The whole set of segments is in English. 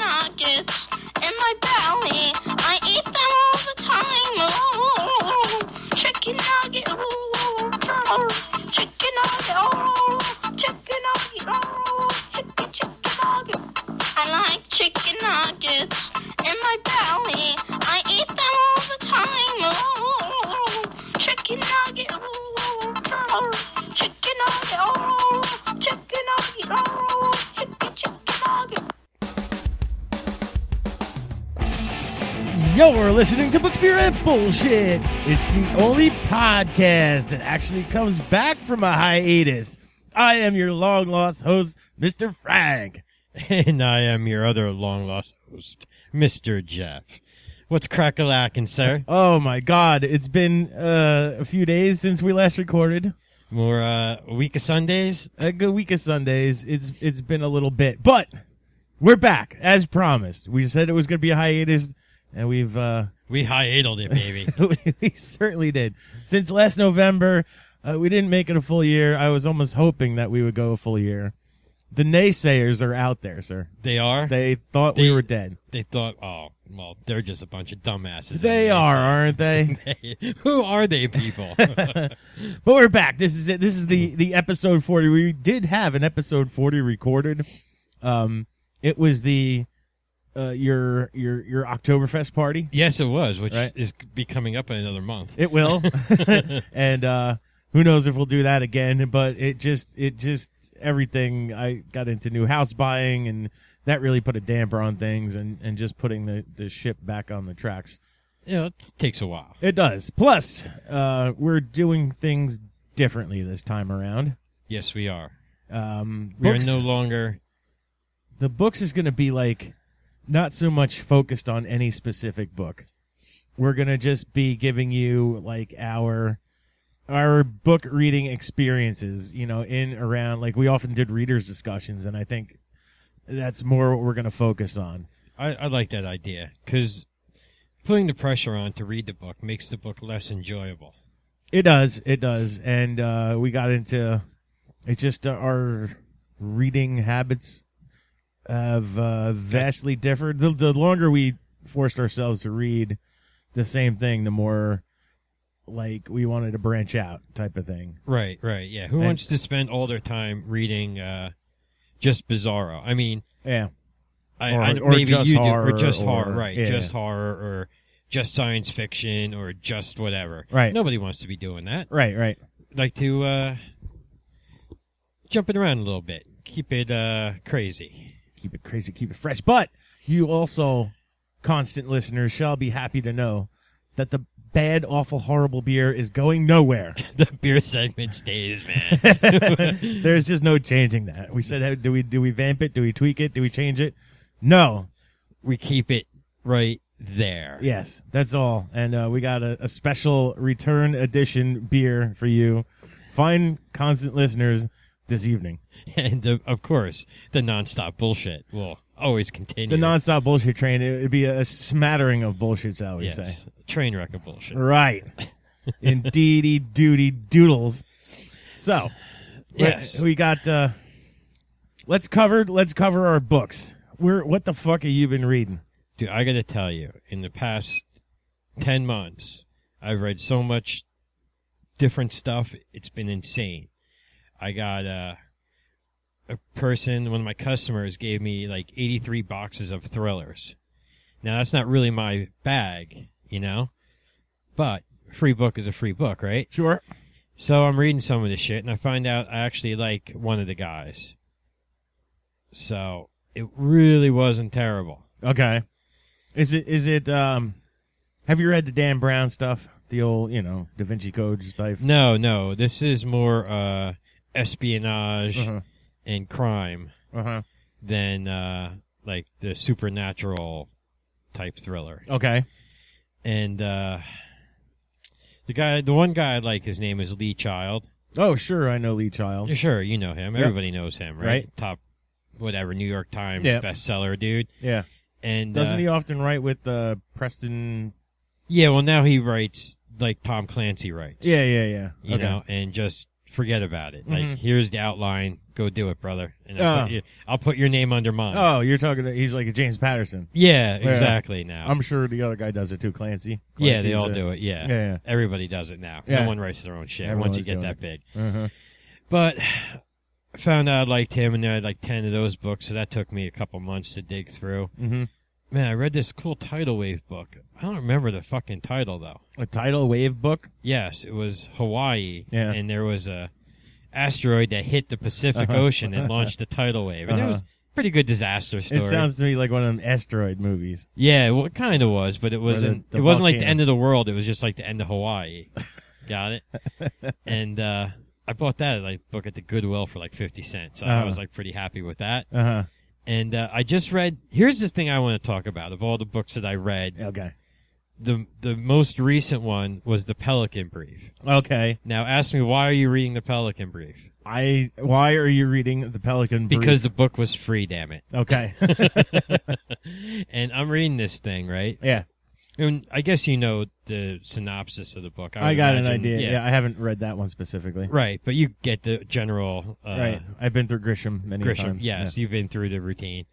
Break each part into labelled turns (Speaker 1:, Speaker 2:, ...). Speaker 1: nuggets in my belly. I eat them all the time. Ooh, chicken nugget, ooh, chicken nugget, oh, chicken nugget, oh, chicken, chicken nugget. I like chicken nuggets in my belly. I eat them all the time. Ooh, chicken nugget, ooh, chicken nugget, oh, chicken nugget, oh, chicken, chicken nugget.
Speaker 2: You're listening to Bookspear and Bullshit. It's the only podcast that actually comes back from a hiatus. I am your long lost host, Mr. Frank.
Speaker 3: And I am your other long lost host, Mr. Jeff. What's crack a lacking, sir?
Speaker 2: Oh my god, it's been uh, a few days since we last recorded.
Speaker 3: More uh, a week of Sundays?
Speaker 2: A good week of Sundays. It's it's been a little bit, but we're back as promised. We said it was going to be a hiatus, and we've uh,
Speaker 3: We hiataled it, baby.
Speaker 2: we certainly did. Since last November, uh, we didn't make it a full year. I was almost hoping that we would go a full year. The naysayers are out there, sir.
Speaker 3: they are? They,
Speaker 2: They thought we
Speaker 3: They-
Speaker 2: were dead.
Speaker 3: thought, oh, well, they're just a bunch of dumbasses.
Speaker 2: They are, aren't they?
Speaker 3: They- Who are they people?
Speaker 2: But we're back. This is it. This is the the episode 40. We did have an episode 40 recorded. Um it was the uh your your your Oktoberfest party.
Speaker 3: yes, it was, which
Speaker 2: Right.
Speaker 3: is be coming up in another month.
Speaker 2: It will. and uh who knows if we'll do that again, but it just it just everything I got into new house buying and that really put a damper on things and and just putting the the ship back on the tracks.
Speaker 3: You know, it takes a while.
Speaker 2: It does. Plus, uh we're doing things differently this time around.
Speaker 3: Yes, we are.
Speaker 2: Um
Speaker 3: We
Speaker 2: books-
Speaker 3: are no longer.
Speaker 2: the books is going to be like not so much focused on any specific book. We're going to just be giving you like our our book reading experiences, you know, in around like we often did readers discussions and I think that's more what we're going to focus on.
Speaker 3: I, I like that idea because putting the pressure on to read the book makes the book less enjoyable.
Speaker 2: It does, it does. And uh we got into it's just uh, our reading habits have uh, vastly differed. The, the longer we forced ourselves to read the same thing, the more like we wanted to branch out, type of thing.
Speaker 3: Right, right, yeah. Who
Speaker 2: And-
Speaker 3: wants to spend all their time reading uh, just Bizarro? I mean,
Speaker 2: Yeah,
Speaker 3: I,
Speaker 2: Or-
Speaker 3: I
Speaker 2: or
Speaker 3: maybe
Speaker 2: just
Speaker 3: you do,
Speaker 2: horror,
Speaker 3: or just
Speaker 2: or-
Speaker 3: horror, right?
Speaker 2: yeah,
Speaker 3: just
Speaker 2: yeah.
Speaker 3: horror, or just science fiction, or just whatever.
Speaker 2: Right.
Speaker 3: Nobody wants to be doing that.
Speaker 2: right, right.
Speaker 3: Like to uh, jumping around a little bit, keep it uh, crazy.
Speaker 2: Keep it crazy, keep it fresh. But you also, constant listeners, shall be happy to know that the bad, awful, horrible beer is going nowhere.
Speaker 3: the beer segment stays, man.
Speaker 2: There's just no changing that. We said, hey, do we do we vamp it? Do we tweak it? Do we change it? No,
Speaker 3: we keep it right there.
Speaker 2: Yes, that's all. And uh, we got a, a special return edition beer for you, fine constant listeners, this evening.
Speaker 3: And the, of course, the nonstop bullshit will always continue.
Speaker 2: The nonstop bullshit train. It would be a smattering of bullshit, shall we say?
Speaker 3: yes. train wreck of bullshit.
Speaker 2: Right. Indeedy duty doodles. So,
Speaker 3: Yes.
Speaker 2: we, we got. Uh, let's cover. Let's cover our books. We're what the fuck have you been reading?
Speaker 3: Dude, I gotta tell you, in the past ten months, I've read so much different stuff. It's been insane. I got uh, a person, one of my customers, gave me like eighty-three boxes of thrillers. Now that's not really my bag, you know, but free book is a free book, right?
Speaker 2: Sure.
Speaker 3: So I'm reading some of this shit, and I find out I actually like one of the guys. So it really wasn't terrible.
Speaker 2: Okay. Is it is it um have you read the Dan Brown stuff? The old, you know, Da Vinci Code stuff.
Speaker 3: No, no, this is more uh, espionage
Speaker 2: Uh-huh.
Speaker 3: and crime
Speaker 2: Uh-huh.
Speaker 3: than uh, like the supernatural type thriller.
Speaker 2: Okay.
Speaker 3: And uh, the guy, the one guy I like, his name is Lee Child.
Speaker 2: Oh, sure, I know Lee Child.
Speaker 3: Sure, you know him.
Speaker 2: Yep.
Speaker 3: Everybody knows him, right?
Speaker 2: Right.
Speaker 3: Top, whatever, New York Times
Speaker 2: Yep.
Speaker 3: bestseller dude.
Speaker 2: Yeah.
Speaker 3: And
Speaker 2: Doesn't
Speaker 3: uh,
Speaker 2: he often write with uh Preston
Speaker 3: Yeah, well, now he writes like Tom Clancy writes.
Speaker 2: Yeah, yeah, yeah.
Speaker 3: You
Speaker 2: okay.
Speaker 3: know, and just forget about it.
Speaker 2: Mhm.
Speaker 3: Like, here's the outline. Go do it, brother. And
Speaker 2: Oh.
Speaker 3: I'll, put, you, I'll put your name under mine.
Speaker 2: Oh, you're talking. To, he's like a James Patterson.
Speaker 3: Yeah,
Speaker 2: Yeah.
Speaker 3: exactly. Now,
Speaker 2: I'm sure the other guy does it too, Clancy.
Speaker 3: yeah, they
Speaker 2: Clancy's
Speaker 3: all
Speaker 2: a-
Speaker 3: do it. Yeah.
Speaker 2: Yeah, yeah.
Speaker 3: everybody does it now.
Speaker 2: Yeah.
Speaker 3: No one writes their own shit
Speaker 2: Everyone's
Speaker 3: once you get
Speaker 2: doing
Speaker 3: that
Speaker 2: it.
Speaker 3: big.
Speaker 2: Uh-huh.
Speaker 3: But I found out I liked him, and then I had like ten of those books, so that took me a couple months to dig through.
Speaker 2: hmm
Speaker 3: Man, I read this cool tidal wave book. I don't remember the fucking title though.
Speaker 2: A tidal wave book.
Speaker 3: Yes, it was Hawaii,
Speaker 2: Yeah.
Speaker 3: and there was a asteroid that hit the Pacific
Speaker 2: Uh-huh.
Speaker 3: Ocean and launched a tidal wave, and that was
Speaker 2: Uh-huh.
Speaker 3: a pretty good disaster story.
Speaker 2: It sounds to me like one of them asteroid movies.
Speaker 3: Yeah, well, it kind of was, but it wasn't.
Speaker 2: the
Speaker 3: it wasn't like the
Speaker 2: volcano.
Speaker 3: end of the world. It was just like the end of Hawaii. Got it? and uh, I bought that like book at the Goodwill for like fifty cents. I
Speaker 2: Uh-huh.
Speaker 3: was like pretty happy with that.
Speaker 2: Uh huh.
Speaker 3: And uh, I just read. Here's the thing I want to talk about. Of all the books that I read,
Speaker 2: Okay.
Speaker 3: the the most recent one was the Pelican Brief.
Speaker 2: Okay.
Speaker 3: Now, ask me why are you reading the Pelican Brief?
Speaker 2: I. Why are you reading the Pelican? Brief?
Speaker 3: Because the book was free. Damn it.
Speaker 2: Okay.
Speaker 3: and I'm reading this thing right.
Speaker 2: yeah,
Speaker 3: And I guess you know the synopsis of the book.
Speaker 2: I,
Speaker 3: would
Speaker 2: got an
Speaker 3: imagine-
Speaker 2: idea. Yeah. I haven't read that one specifically.
Speaker 3: Right, but you get the general uh,
Speaker 2: right. I've been through Grisham many
Speaker 3: Grisham.
Speaker 2: times.
Speaker 3: yes, you've been through the routine.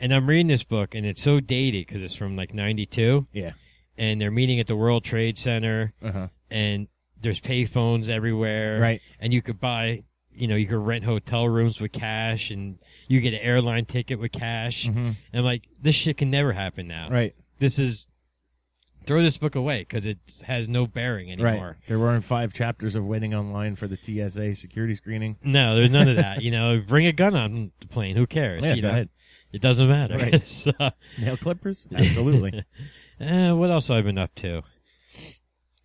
Speaker 3: And I'm reading this book, and it's so dated because it's from like 92,
Speaker 2: Yeah.
Speaker 3: and they're meeting at the World Trade Center,
Speaker 2: Uh huh.
Speaker 3: and there's payphones everywhere.
Speaker 2: Right.
Speaker 3: And you could buy, you know, you could rent hotel rooms with cash, and you get an airline ticket with cash.
Speaker 2: Mhm.
Speaker 3: And I'm like, this shit can never happen now.
Speaker 2: Right.
Speaker 3: This is, throw this book away because it has no bearing anymore.
Speaker 2: Right. There weren't five chapters of waiting online for the TSA security screening.
Speaker 3: No, there's none of that. you know, bring a gun on the plane. Who cares?
Speaker 2: Yeah,
Speaker 3: you
Speaker 2: go
Speaker 3: know,
Speaker 2: ahead.
Speaker 3: it doesn't matter.
Speaker 2: Right.
Speaker 3: So,
Speaker 2: Nail clippers? Absolutely.
Speaker 3: eh, what else have I been up to?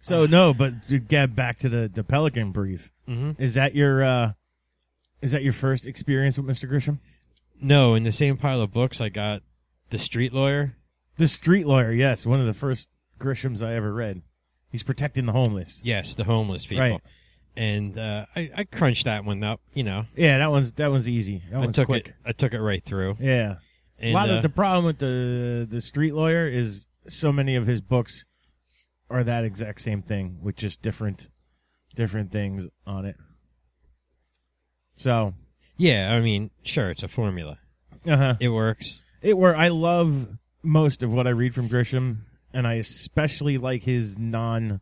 Speaker 2: so no, but to get back to the, the Pelican brief.
Speaker 3: hmm
Speaker 2: Is that your uh is that your first experience with Mr. Grisham?
Speaker 3: No, in the same pile of books, I got The Street Lawyer.
Speaker 2: The Street Lawyer, yes, one of the first Grishams I ever read. He's protecting the homeless.
Speaker 3: Yes, the homeless people.
Speaker 2: Right.
Speaker 3: And uh, I, I crunched that one up. You know,
Speaker 2: Yeah, that one's that one's easy. That
Speaker 3: I
Speaker 2: one's
Speaker 3: took
Speaker 2: quick.
Speaker 3: it. I took it right through.
Speaker 2: Yeah.
Speaker 3: And,
Speaker 2: a lot
Speaker 3: uh,
Speaker 2: of the problem with the the Street Lawyer is so many of his books are that exact same thing with just different different things on it. So,
Speaker 3: yeah, I mean, sure, it's a formula.
Speaker 2: uh-huh.
Speaker 3: It works.
Speaker 2: It where I love most of what I read from Grisham, and I especially like his non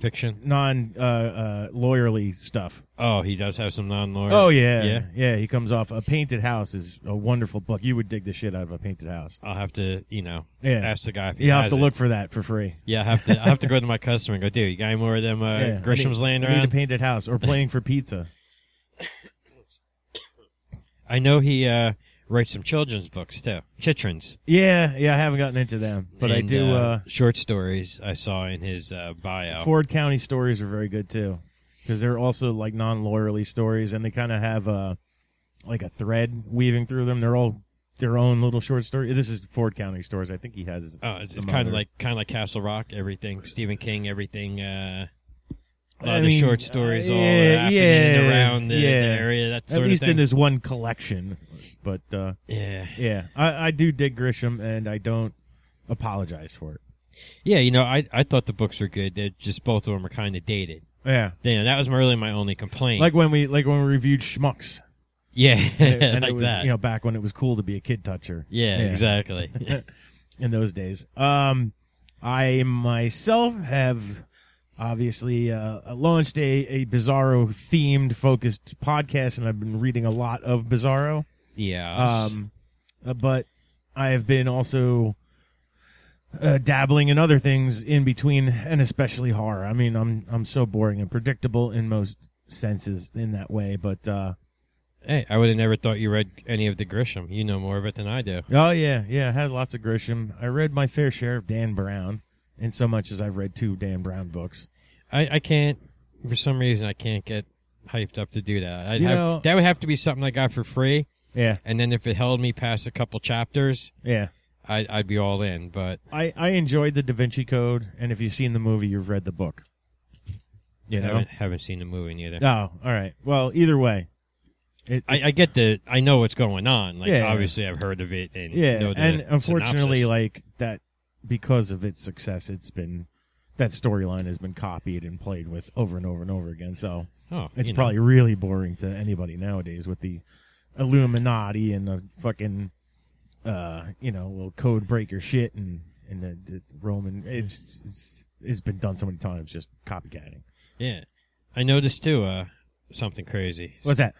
Speaker 3: Fiction.
Speaker 2: non uh, uh, lawyerly stuff.
Speaker 3: Oh, he does have some non-lawyer.
Speaker 2: Oh yeah,
Speaker 3: Yeah.
Speaker 2: yeah. He comes off a Painted House is a wonderful book. You would dig the shit out of a Painted House.
Speaker 3: I'll have to, you know,
Speaker 2: Yeah.
Speaker 3: ask the guy. If he
Speaker 2: You have
Speaker 3: has
Speaker 2: to
Speaker 3: it.
Speaker 2: look for that for free.
Speaker 3: Yeah, I have to. I have to go to my customer and go, dude. You got any more of them uh,
Speaker 2: Yeah.
Speaker 3: Grisham's
Speaker 2: I
Speaker 3: laying
Speaker 2: need,
Speaker 3: around?
Speaker 2: I need a painted house or playing for pizza.
Speaker 3: I know he uh, writes some children's books too, chitrons.
Speaker 2: Yeah, yeah. I haven't gotten into them, but I
Speaker 3: And,
Speaker 2: do. Uh,
Speaker 3: short stories. I saw in his uh, bio.
Speaker 2: Ford County stories are very good too, because they're also like non-lawyerly stories, and they kind of have uh, like a thread weaving through them. They're all their own little short story. This is Ford County stories. I think he has.
Speaker 3: oh, it's,
Speaker 2: some
Speaker 3: kind
Speaker 2: other-
Speaker 3: of like kind of like Castle Rock. Everything Stephen King. Everything. Uh, a
Speaker 2: I
Speaker 3: lot of
Speaker 2: mean,
Speaker 3: short stories
Speaker 2: uh,
Speaker 3: all
Speaker 2: yeah,
Speaker 3: happening
Speaker 2: yeah,
Speaker 3: around the, the
Speaker 2: yeah.
Speaker 3: area. That
Speaker 2: at
Speaker 3: sort
Speaker 2: least
Speaker 3: of thing.
Speaker 2: in this one collection. But uh,
Speaker 3: yeah,
Speaker 2: yeah, I, I do dig Grisham, and I don't apologize for it.
Speaker 3: yeah. You know, I I thought the books were good. They're just both of them are kind of dated.
Speaker 2: Yeah,
Speaker 3: You know, that was really my only complaint.
Speaker 2: like when we like when we reviewed Schmucks.
Speaker 3: yeah,
Speaker 2: and and
Speaker 3: like
Speaker 2: it was
Speaker 3: that.
Speaker 2: you know back when it was cool to be a kid toucher.
Speaker 3: yeah, exactly.
Speaker 2: In those days, um, I myself have obviously uh, launched a, a Bizarro themed focused podcast, and I've been reading a lot of Bizarro.
Speaker 3: yeah.
Speaker 2: Um, uh, but I have been also uh, dabbling in other things in between, and especially horror. I mean, I'm I'm so boring and predictable in most senses in that way, but. uh
Speaker 3: Hey, I would have never thought you read any of the Grisham. You know more of it than I do.
Speaker 2: Oh yeah, yeah. I had lots of Grisham. I read my fair share of Dan Brown, in so much as I've read two Dan Brown books.
Speaker 3: I, I can't, for some reason, I can't get hyped up to do that. I'd
Speaker 2: You
Speaker 3: have,
Speaker 2: know-
Speaker 3: that would have to be something I got for free.
Speaker 2: Yeah,
Speaker 3: And then if it held me past a couple chapters,
Speaker 2: yeah.
Speaker 3: I'd, I'd be all in. But
Speaker 2: I I enjoyed the Da Vinci Code, and if you've seen the movie, you've read the book. You
Speaker 3: I
Speaker 2: know.
Speaker 3: haven't, haven't seen the movie either.
Speaker 2: Oh, all right. Well, either way, it,
Speaker 3: I,
Speaker 2: it's-
Speaker 3: I get the, I know what's going on. Like,
Speaker 2: Yeah.
Speaker 3: obviously, I've heard of it. And
Speaker 2: yeah,
Speaker 3: know the
Speaker 2: and unfortunately,
Speaker 3: synopsis.
Speaker 2: like that, because of its success, it's been that storyline has been copied and played with over and over and over again. So
Speaker 3: Oh,
Speaker 2: It's
Speaker 3: you know.
Speaker 2: probably really boring to anybody nowadays with the Illuminati and the fucking, uh, you know, little code breaker shit and and the, the Roman. It's, it's it's been done so many times, just copycatting.
Speaker 3: yeah. I noticed too uh, something crazy.
Speaker 2: What's that?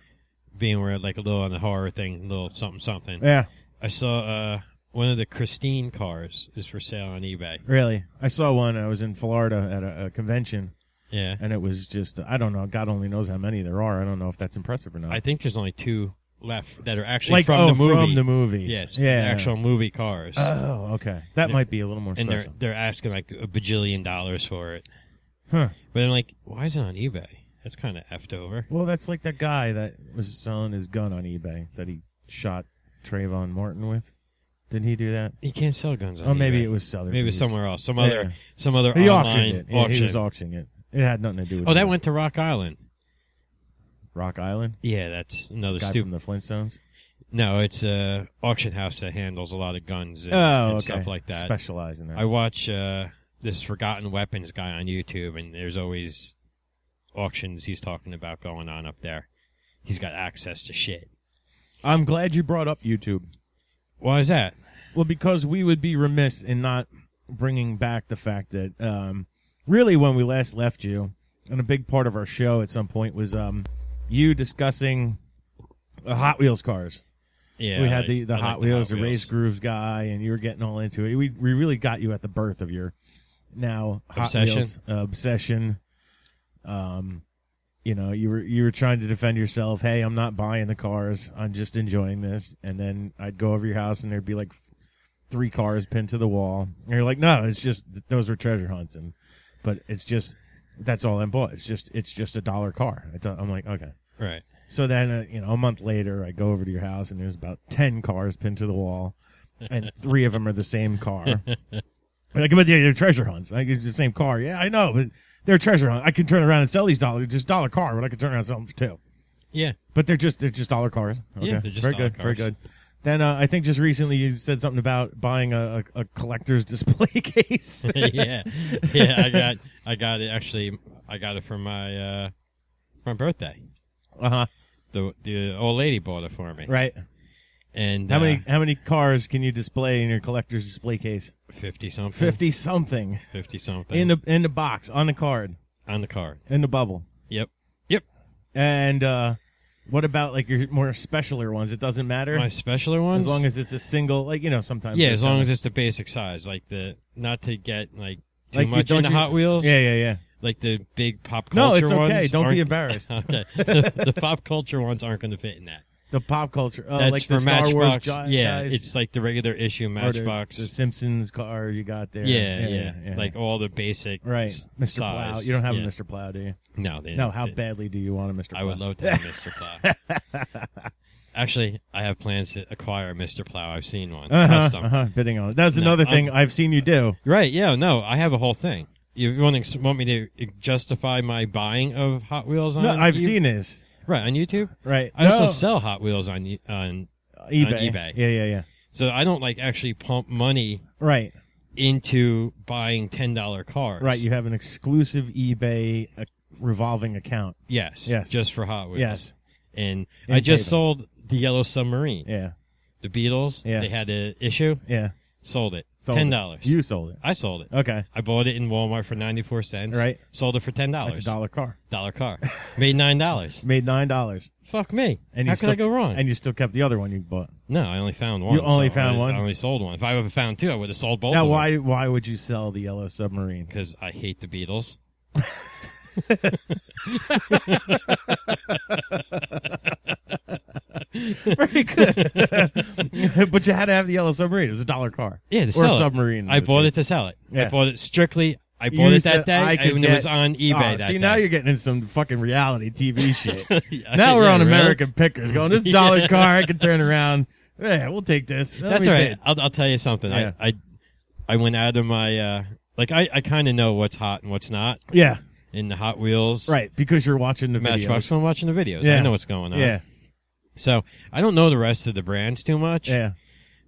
Speaker 3: Being we're like a little on the horror thing, a little something something.
Speaker 2: Yeah,
Speaker 3: I saw uh, one of the Christine cars is for sale on eBay.
Speaker 2: really. I saw one. I was in Florida at a, a convention,
Speaker 3: Yeah,
Speaker 2: and it was just I don't know. God only knows how many there are. I don't know if that's impressive or not.
Speaker 3: I think there's only two left that are actually
Speaker 2: like
Speaker 3: from
Speaker 2: oh,
Speaker 3: the movie.
Speaker 2: from the movie.
Speaker 3: Yes,
Speaker 2: Yeah.
Speaker 3: the actual movie cars,
Speaker 2: Oh, okay. That
Speaker 3: And
Speaker 2: might be a little more
Speaker 3: and they're
Speaker 2: special.
Speaker 3: they're asking like a bajillion dollars for it.
Speaker 2: Huh.
Speaker 3: But I'm like, why is it on eBay? That's kind of effed over.
Speaker 2: Well, that's like that guy that was selling his gun on eBay that he shot Trayvon Martin with. Didn't he do that?
Speaker 3: You can't sell guns on
Speaker 2: Oh, maybe
Speaker 3: eBay.
Speaker 2: it was Sotheby's.
Speaker 3: maybe somewhere else, some other
Speaker 2: Yeah.
Speaker 3: some other
Speaker 2: He auctioned
Speaker 3: online
Speaker 2: it. Yeah, he was auctioning it. It had nothing to do with
Speaker 3: oh, that
Speaker 2: it.
Speaker 3: went to Rock Island.
Speaker 2: Rock Island.
Speaker 3: Yeah, that's another
Speaker 2: guy
Speaker 3: stupid.
Speaker 2: from the Flintstones.
Speaker 3: No, it's a auction house that handles a lot of guns and,
Speaker 2: oh,
Speaker 3: and
Speaker 2: okay.
Speaker 3: stuff like that.
Speaker 2: Specialize in that.
Speaker 3: I watch uh, this Forgotten Weapons guy on YouTube, and there's always auctions he's talking about going on up there. He's got access to shit.
Speaker 2: I'm glad you brought up YouTube.
Speaker 3: Why is that?
Speaker 2: Well, because we would be remiss in not bringing back the fact that um, really when we last left you, and a big part of our show at some point was um, you discussing uh, Hot Wheels cars.
Speaker 3: Yeah,
Speaker 2: we
Speaker 3: I
Speaker 2: had
Speaker 3: like-
Speaker 2: the, the
Speaker 3: I like
Speaker 2: Hot Wheels, the
Speaker 3: Wheels.
Speaker 2: Race Grooves guy, and you were getting all into it. We, we really got you at the birth of your now Hot
Speaker 3: Obsession.
Speaker 2: Wheels uh, obsession. Um, you know, you were you were trying to defend yourself. Hey, I'm not buying the cars. I'm just enjoying this. And then I'd go over your house, and there'd be like f- three cars pinned to the wall. And you're like, no, it's just those were treasure hunts, and but it's just that's all I bought. It's just it's just a dollar car. It's a, I'm like, okay.
Speaker 3: Right.
Speaker 2: So then, uh, you know, a month later, I go over to your house and there's about 10 cars pinned to the wall, and three of them are the same car. And I come at the they're treasure hunts. I get the same car. Yeah, I know, but they're treasure hunt. I could turn around and sell these dollar, just dollar car, but I could turn around and sell them for two.
Speaker 3: Yeah.
Speaker 2: But they're just they're just dollar cars. Okay.
Speaker 3: Yeah, they're just
Speaker 2: very
Speaker 3: dollar
Speaker 2: good, very
Speaker 3: cars.
Speaker 2: good. Then uh, I think just recently you said something about buying a, a, a collector's display case.
Speaker 3: yeah. Yeah. I got. I got it. Actually, I got it for my uh, my birthday.
Speaker 2: uh huh.
Speaker 3: The the old lady bought it for me.
Speaker 2: Right.
Speaker 3: And
Speaker 2: How
Speaker 3: uh,
Speaker 2: many how many cars can you display in your collector's display case?
Speaker 3: uh, Fifty something.
Speaker 2: Fifty something.
Speaker 3: 50 something.
Speaker 2: in the in the box on the card
Speaker 3: on the card.
Speaker 2: in the bubble
Speaker 3: Yep. Yep.
Speaker 2: and uh what about like your more specialer ones it doesn't matter
Speaker 3: My specialer ones.
Speaker 2: as long as it's a single like you know sometimes uh,
Speaker 3: Yeah,
Speaker 2: they
Speaker 3: as long
Speaker 2: kinda-
Speaker 3: as it's the basic size, like the not to get like too
Speaker 2: like you-
Speaker 3: much
Speaker 2: don't
Speaker 3: into
Speaker 2: you-
Speaker 3: Hot Wheels.
Speaker 2: yeah yeah yeah
Speaker 3: like the big pop culture.
Speaker 2: No, it's okay.
Speaker 3: ones
Speaker 2: Don't be
Speaker 3: aren't-
Speaker 2: embarrassed.
Speaker 3: okay, the pop culture ones aren't going to fit in that.
Speaker 2: the pop culture oh,
Speaker 3: That's
Speaker 2: like
Speaker 3: for
Speaker 2: the Star
Speaker 3: Matchbox.
Speaker 2: Wars gi-
Speaker 3: yeah,
Speaker 2: guys,
Speaker 3: it's like the regular issue
Speaker 2: or the-
Speaker 3: Matchbox.
Speaker 2: the, Simpsons car you got there
Speaker 3: yeah, yeah,
Speaker 2: yeah.
Speaker 3: like all the basic
Speaker 2: right
Speaker 3: s-
Speaker 2: Mr Plow
Speaker 3: size.
Speaker 2: you don't have
Speaker 3: Yeah.
Speaker 2: a Mr Plow do you
Speaker 3: No, they
Speaker 2: no how
Speaker 3: they-
Speaker 2: badly do you want a Mr Plow
Speaker 3: I would love to have Mr. Plow. Actually, I have plans to acquire Mr. Plow. I've seen one
Speaker 2: uh-huh,
Speaker 3: custom.
Speaker 2: uh-huh, bidding on it that's
Speaker 3: No,
Speaker 2: another
Speaker 3: I'm-
Speaker 2: thing I've seen you do
Speaker 3: Right? Yeah. No, I have a whole thing. You want to ex- want me to justify my buying of Hot Wheels on?
Speaker 2: no I've
Speaker 3: you-
Speaker 2: seen this
Speaker 3: right on YouTube.
Speaker 2: right
Speaker 3: I
Speaker 2: No,
Speaker 3: also sell Hot Wheels on y- on,
Speaker 2: eBay
Speaker 3: eBay.
Speaker 2: yeah yeah yeah
Speaker 3: so I don't like actually pump money
Speaker 2: right
Speaker 3: into buying ten dollar cars.
Speaker 2: Right, you have an exclusive eBay uh, revolving account.
Speaker 3: yes,
Speaker 2: Yes.
Speaker 3: just for Hot Wheels.
Speaker 2: Yes.
Speaker 3: and
Speaker 2: And
Speaker 3: I just
Speaker 2: pay them.
Speaker 3: sold the Yellow Submarine,
Speaker 2: Yeah,
Speaker 3: the Beatles.
Speaker 2: Yeah.
Speaker 3: they had an issue,
Speaker 2: yeah.
Speaker 3: sold it,
Speaker 2: Sold it.
Speaker 3: ten dollars.
Speaker 2: You sold it.
Speaker 3: I sold it.
Speaker 2: Okay,
Speaker 3: I bought it in Walmart for ninety four cents.
Speaker 2: Right.
Speaker 3: sold it for ten
Speaker 2: that's a
Speaker 3: dollars.
Speaker 2: dollar car.
Speaker 3: dollar car. Made nine dollars.
Speaker 2: Made nine dollars,
Speaker 3: Fuck me.
Speaker 2: and you
Speaker 3: How
Speaker 2: still,
Speaker 3: could I go wrong?
Speaker 2: And you still kept the other one you bought.
Speaker 3: no, I only found one.
Speaker 2: You only
Speaker 3: so
Speaker 2: found
Speaker 3: I-
Speaker 2: one?
Speaker 3: I only sold one. If I would have found two, I would have sold both.
Speaker 2: now, why why would you sell the yellow submarine?
Speaker 3: Because I hate the Beatles.
Speaker 2: Very good. but you had to have the yellow submarine. It was a dollar car.
Speaker 3: Yeah, to
Speaker 2: or
Speaker 3: sell it.
Speaker 2: submarine. in
Speaker 3: I
Speaker 2: this
Speaker 3: bought
Speaker 2: case.
Speaker 3: it to sell it.
Speaker 2: Yeah.
Speaker 3: I bought it strictly. I
Speaker 2: You
Speaker 3: bought it that
Speaker 2: said,
Speaker 3: day,
Speaker 2: I
Speaker 3: I
Speaker 2: could
Speaker 3: and it was
Speaker 2: get-
Speaker 3: on eBay
Speaker 2: Oh,
Speaker 3: that
Speaker 2: see,
Speaker 3: day.
Speaker 2: now you're getting into some fucking reality TV shit.
Speaker 3: Yeah,
Speaker 2: now we're
Speaker 3: yeah,
Speaker 2: on
Speaker 3: really.
Speaker 2: American Pickers going, this
Speaker 3: Yeah.
Speaker 2: dollar car, I can turn around. Yeah, we'll take this. Let
Speaker 3: That's
Speaker 2: me
Speaker 3: all right.
Speaker 2: bid.
Speaker 3: I'll, I'll tell you something.
Speaker 2: Yeah.
Speaker 3: I, I I went out of my uh, like I, I kind of know what's hot and what's not
Speaker 2: Yeah,
Speaker 3: in the Hot Wheels.
Speaker 2: right. Because you're watching the
Speaker 3: Matchbox.
Speaker 2: videos.
Speaker 3: I'm watching the videos.
Speaker 2: Yeah.
Speaker 3: I know what's going on.
Speaker 2: Yeah,
Speaker 3: So I don't know the rest of the brands too much.
Speaker 2: yeah.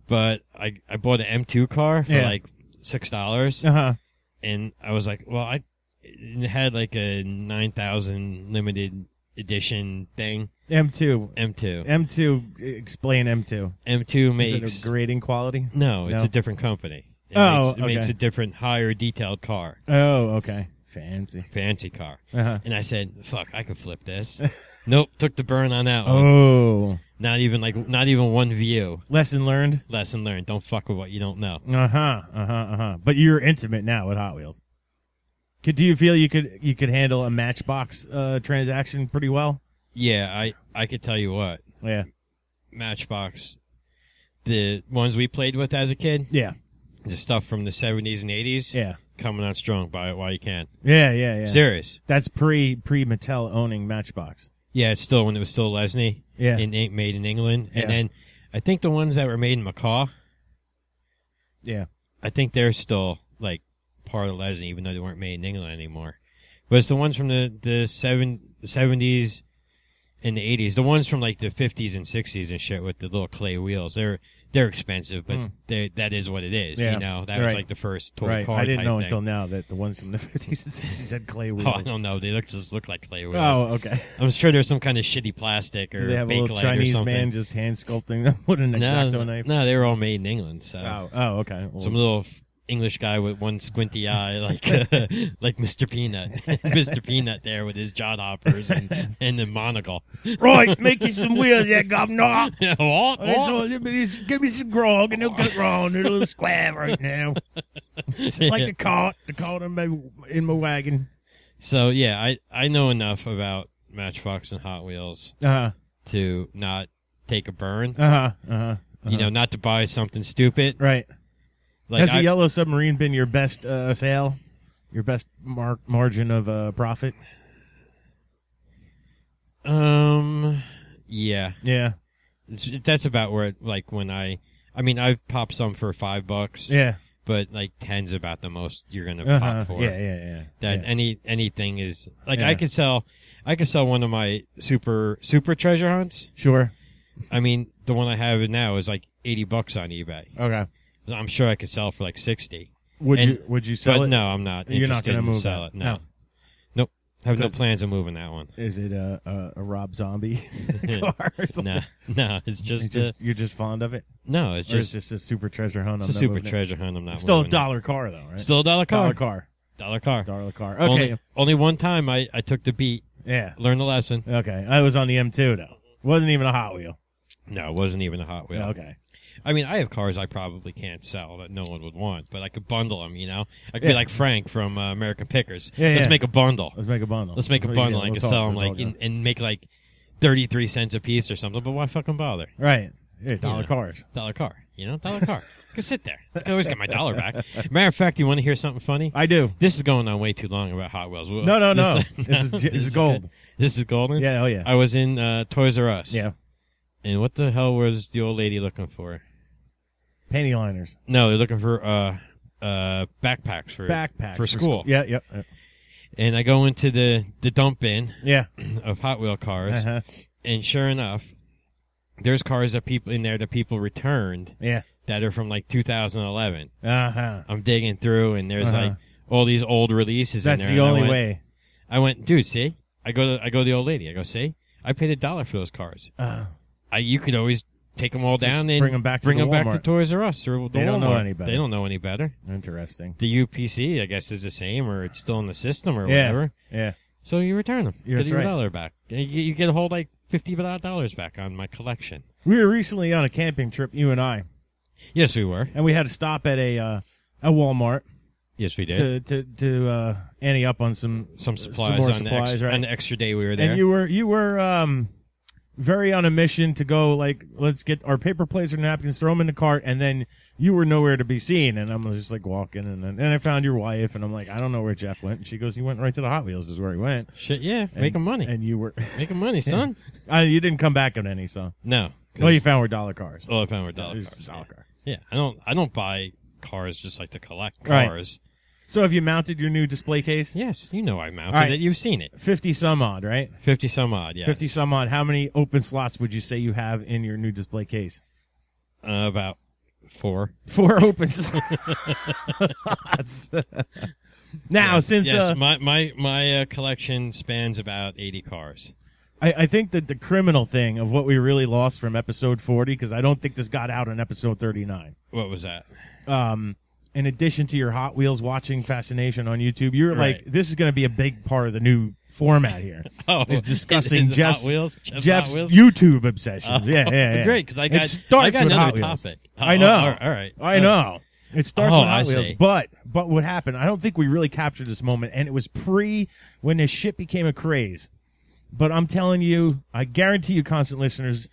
Speaker 3: But I I bought an M2 car for
Speaker 2: Yeah.
Speaker 3: like six dollars,
Speaker 2: Uh huh.
Speaker 3: and I was like, well, I it had like a nine thousand limited edition thing.
Speaker 2: M two.
Speaker 3: M2.
Speaker 2: M two. Explain M two.
Speaker 3: M2
Speaker 2: Is
Speaker 3: makes
Speaker 2: it a grading quality?
Speaker 3: no, it's
Speaker 2: No.
Speaker 3: a different company. It
Speaker 2: Oh,
Speaker 3: makes, it makes
Speaker 2: okay.
Speaker 3: a different, higher detailed car,
Speaker 2: Oh, okay. Fancy.
Speaker 3: fancy car.
Speaker 2: Uh-huh.
Speaker 3: And I said, "Fuck, I could flip this." nope, took the burn on that one.
Speaker 2: Oh,
Speaker 3: Not even like, not even one view.
Speaker 2: lesson learned.
Speaker 3: Lesson learned: Don't fuck with what you don't know.
Speaker 2: Uh huh. Uh huh. Uh huh. But you're intimate now with Hot Wheels. Could do you feel you could you could handle a Matchbox uh, transaction pretty well?
Speaker 3: Yeah, I, I could tell you what,
Speaker 2: Yeah.
Speaker 3: Matchbox, the ones we played with as a kid,
Speaker 2: Yeah.
Speaker 3: the stuff from the seventies and eighties,
Speaker 2: Yeah.
Speaker 3: coming on strong. Buy it while you can.
Speaker 2: Yeah. Yeah. Yeah.
Speaker 3: Serious.
Speaker 2: That's pre pre Mattel owning Matchbox.
Speaker 3: Yeah, it's still when it was still Lesney.
Speaker 2: Yeah.
Speaker 3: in in- made in England,
Speaker 2: Yeah.
Speaker 3: and then I think the ones that were made in Macaw,
Speaker 2: yeah.
Speaker 3: I think they're still like part of Lesney, even though they weren't made in England anymore. But it's the ones from the the seven the seventies and the eighties, the ones from like the fifties and sixties and shit with the little clay wheels. They're they're expensive, but
Speaker 2: Mm.
Speaker 3: they, that is what it is.
Speaker 2: Yeah.
Speaker 3: You know, that was
Speaker 2: Right.
Speaker 3: like the first toy
Speaker 2: right.
Speaker 3: car.
Speaker 2: I didn't
Speaker 3: type
Speaker 2: know
Speaker 3: thing.
Speaker 2: until now that the ones from the 50s and 60s had clay
Speaker 3: Oh, I
Speaker 2: wheels.
Speaker 3: don't know. They look just look like clay wheels.
Speaker 2: Oh, okay.
Speaker 3: I'm sure there's some kind of shitty plastic or
Speaker 2: Do they have a
Speaker 3: bakelite
Speaker 2: little
Speaker 3: or
Speaker 2: Chinese
Speaker 3: something.
Speaker 2: man just hand sculpting them with an
Speaker 3: no,
Speaker 2: exacto
Speaker 3: no,
Speaker 2: knife?
Speaker 3: no, they were all made in England. So
Speaker 2: Oh, oh, okay. Well,
Speaker 3: some little f- English guy with one squinty eye, like like Mr. Peanut, Mr. Peanut there with his jaw hoppers and, and the monocle.
Speaker 2: right, make you some wheels, yeah, governor.
Speaker 3: what? What?
Speaker 2: Oh, It's all- give me this- give me some grog and it'll get round. It'll square right now. It's like the cart, the cart in my, in my wagon.
Speaker 3: So yeah, I I know enough about Matchbox and Hot Wheels
Speaker 2: Uh
Speaker 3: to not take a burn.
Speaker 2: huh. Uh huh. Uh huh.
Speaker 3: You know, not to buy something stupid.
Speaker 2: right.
Speaker 3: Like
Speaker 2: Has
Speaker 3: I-
Speaker 2: the yellow submarine been your best uh, sale? Your best mark margin of uh, profit?
Speaker 3: um, yeah.
Speaker 2: Yeah.
Speaker 3: It's- that's about where it, like when I I mean I've popped some for five bucks,
Speaker 2: Yeah.
Speaker 3: but like ten's about the most you're gonna
Speaker 2: Uh-huh.
Speaker 3: pop for.
Speaker 2: Yeah, yeah, yeah.
Speaker 3: That
Speaker 2: yeah.
Speaker 3: any anything is like
Speaker 2: Yeah.
Speaker 3: I could sell I could sell one of my super super treasure hunts.
Speaker 2: Sure.
Speaker 3: I mean the one I have now is like eighty bucks on eBay.
Speaker 2: Okay.
Speaker 3: I'm sure I could sell for like sixty.
Speaker 2: Would
Speaker 3: And-
Speaker 2: you would you
Speaker 3: but
Speaker 2: sell it?
Speaker 3: no, I'm not.
Speaker 2: You're not
Speaker 3: interested
Speaker 2: gonna
Speaker 3: in
Speaker 2: move
Speaker 3: sell
Speaker 2: that.
Speaker 3: it. No. Nope. Have no
Speaker 2: 'Cause-
Speaker 3: plans of moving that one.
Speaker 2: Is it a a, a Rob Zombie car? or something?
Speaker 3: no, no, it's
Speaker 2: You're
Speaker 3: just, uh,
Speaker 2: just, you're just fond of it,
Speaker 3: no, it's
Speaker 2: or is
Speaker 3: just
Speaker 2: this a super treasure hunt?
Speaker 3: it's
Speaker 2: I'm
Speaker 3: a
Speaker 2: not
Speaker 3: super
Speaker 2: moving it?
Speaker 3: treasure hunt. I'm not
Speaker 2: Still a
Speaker 3: moving it.
Speaker 2: dollar car though, right?
Speaker 3: Still a dollar car.
Speaker 2: dollar car,
Speaker 3: Dollar car.
Speaker 2: dollar car.
Speaker 3: Only-
Speaker 2: Okay,
Speaker 3: Only, one time I, I took the beat,
Speaker 2: yeah,
Speaker 3: learned the lesson.
Speaker 2: okay. I was on the M2 though. Wasn't even a Hot Wheel.
Speaker 3: No, it wasn't even a Hot Wheel.
Speaker 2: Yeah, okay.
Speaker 3: I mean, I have cars I probably can't sell that no one would want, but I could bundle them, you know? I could be
Speaker 2: Yeah.
Speaker 3: like Frank from uh, American Pickers.
Speaker 2: Yeah,
Speaker 3: Let's
Speaker 2: yeah.
Speaker 3: make a bundle.
Speaker 2: Let's make a bundle.
Speaker 3: Let's make a
Speaker 2: That's what you
Speaker 3: bundle.
Speaker 2: do.
Speaker 3: I
Speaker 2: We'll
Speaker 3: could
Speaker 2: talk.
Speaker 3: sell them
Speaker 2: We'll
Speaker 3: like
Speaker 2: talk
Speaker 3: in,
Speaker 2: about
Speaker 3: and make like 33 cents a piece or something, but why fucking bother?
Speaker 2: it. right. Yeah, dollar
Speaker 3: Yeah.
Speaker 2: cars.
Speaker 3: Dollar car, you know? Dollar car. I could sit there. I could always get my dollar back. Matter of fact, you want to hear something funny?
Speaker 2: I do.
Speaker 3: This is going on way too long about Hot Wheels. We'll-
Speaker 2: No, no, no.
Speaker 3: This,
Speaker 2: This is- this is gold.
Speaker 3: good. This is golden?
Speaker 2: Yeah, oh yeah,
Speaker 3: I was in uh, Toys R Us.
Speaker 2: yeah.
Speaker 3: And what the hell was the old lady looking for?
Speaker 2: Panty liners,
Speaker 3: No, they're looking for uh uh backpacks for
Speaker 2: backpacks
Speaker 3: for school.
Speaker 2: Yeah, Uh, yeah, yeah.
Speaker 3: And I go into the the dump bin
Speaker 2: yeah.
Speaker 3: of Hot Wheel cars,
Speaker 2: Uh-huh.
Speaker 3: and sure enough, there's cars that people in there that people returned
Speaker 2: Yeah.
Speaker 3: that are from like 2011.
Speaker 2: Uh huh.
Speaker 3: I'm digging through, and there's
Speaker 2: Uh-huh.
Speaker 3: like all these old releases.
Speaker 2: That's
Speaker 3: in there,
Speaker 2: the
Speaker 3: and I
Speaker 2: only
Speaker 3: went-
Speaker 2: way.
Speaker 3: I went, dude. See, I go to I go to the old lady. I go, see, I paid a dollar for those cars.
Speaker 2: Uh,
Speaker 3: I you could always take them all
Speaker 2: Just
Speaker 3: down and
Speaker 2: bring 'em back to
Speaker 3: bring
Speaker 2: the
Speaker 3: 'em back to
Speaker 2: Walmart.
Speaker 3: Toys R Us or the
Speaker 2: They don't know
Speaker 3: Walmart.
Speaker 2: any better.
Speaker 3: They don't know any better.
Speaker 2: interesting.
Speaker 3: the UPC, I guess, is the same, or it's still in the system, or
Speaker 2: Yeah.
Speaker 3: whatever.
Speaker 2: Yeah.
Speaker 3: So you return them,
Speaker 2: Yeah,
Speaker 3: get
Speaker 2: that's
Speaker 3: your
Speaker 2: right.
Speaker 3: dollar back. You, you get a whole like fifty dollars back on my collection.
Speaker 2: We were recently on a camping trip, you and I,
Speaker 3: Yes, we were.
Speaker 2: and we had to stop at a uh, a Walmart
Speaker 3: Yes, we did.
Speaker 2: to to to uh, ante up on some
Speaker 3: Some supplies
Speaker 2: more
Speaker 3: on the
Speaker 2: supplies,
Speaker 3: extra,
Speaker 2: right?
Speaker 3: on the extra day we were there.
Speaker 2: and you were you were um very on a mission to go like let's get our paper plates or napkins, throw them in the cart, and then you were nowhere to be seen. And I'm just like walking, and then and I found your wife, and I'm like I don't know where Jeff went. And she goes, he went right to the Hot Wheels is where he went.
Speaker 3: Shit, yeah, make 'em money,
Speaker 2: And you were
Speaker 3: Make 'em money, son.
Speaker 2: uh, you didn't come back on any, so
Speaker 3: No, 'cause
Speaker 2: all you found were dollar cars.
Speaker 3: all I found were Oh, dollar
Speaker 2: It was
Speaker 3: cars.
Speaker 2: just dollar car.
Speaker 3: Yeah, I don't, I don't buy cars just like to collect
Speaker 2: Right.
Speaker 3: cars.
Speaker 2: So have you mounted your new display case?
Speaker 3: Yes, you know I mounted
Speaker 2: All right.
Speaker 3: it. You've seen it.
Speaker 2: Fifty some odd, right?
Speaker 3: Fifty some odd. Yes,
Speaker 2: 50 some odd, how many open slots would you say you have in your new display case?
Speaker 3: Uh, about four.
Speaker 2: Four open slots. now,
Speaker 3: Yeah.
Speaker 2: since
Speaker 3: yes,
Speaker 2: uh,
Speaker 3: my my my uh, collection spans about eighty cars.
Speaker 2: I, I think that the criminal thing of what we really lost from episode 40, because I don't think this got out on episode 39.
Speaker 3: What was that?
Speaker 2: Um, in addition to your Hot Wheels watching fascination on YouTube, you were
Speaker 3: Right.
Speaker 2: like, this is going to be a big part of the new format here.
Speaker 3: Oh,
Speaker 2: Is discussing
Speaker 3: is it
Speaker 2: Jeff's-
Speaker 3: Hot Wheels. Jeff's, Hot
Speaker 2: Jeff's
Speaker 3: Wheels? Oh,
Speaker 2: YouTube obsessions. yeah, yeah, yeah.
Speaker 3: Great, because I
Speaker 2: It
Speaker 3: got
Speaker 2: starts
Speaker 3: I got
Speaker 2: with
Speaker 3: another
Speaker 2: Hot Wheels.
Speaker 3: topic. Oh,
Speaker 2: I know.
Speaker 3: All right. all right.
Speaker 2: I know. It starts
Speaker 3: Oh,
Speaker 2: with Hot
Speaker 3: I
Speaker 2: Wheels,
Speaker 3: see.
Speaker 2: but but what happened? I don't think we really captured this moment, and it was pre when this shit became a craze. But I'm telling you, I guarantee you, constant listeners,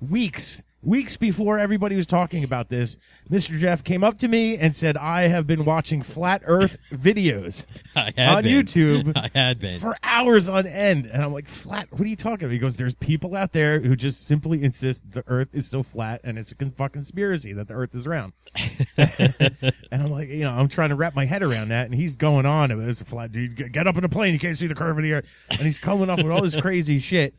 Speaker 2: weeks weeks before everybody was talking about this, Mr. Jeff came up to me and said, "I have been watching flat Earth videos
Speaker 3: I had
Speaker 2: on
Speaker 3: been.
Speaker 2: YouTube."
Speaker 3: I had been.
Speaker 2: For hours on end, and I'm like, flat. What are you talking about? He goes, "There's people out there who just simply insist the Earth is so flat, and it's a con- fucking conspiracy that the Earth is round." And I'm like, you know, I'm trying to wrap my head around that, and he's going on about it's a flat dude. g- Get up in a plane, you can't see the curve of the earth, and he's coming up with all this crazy shit.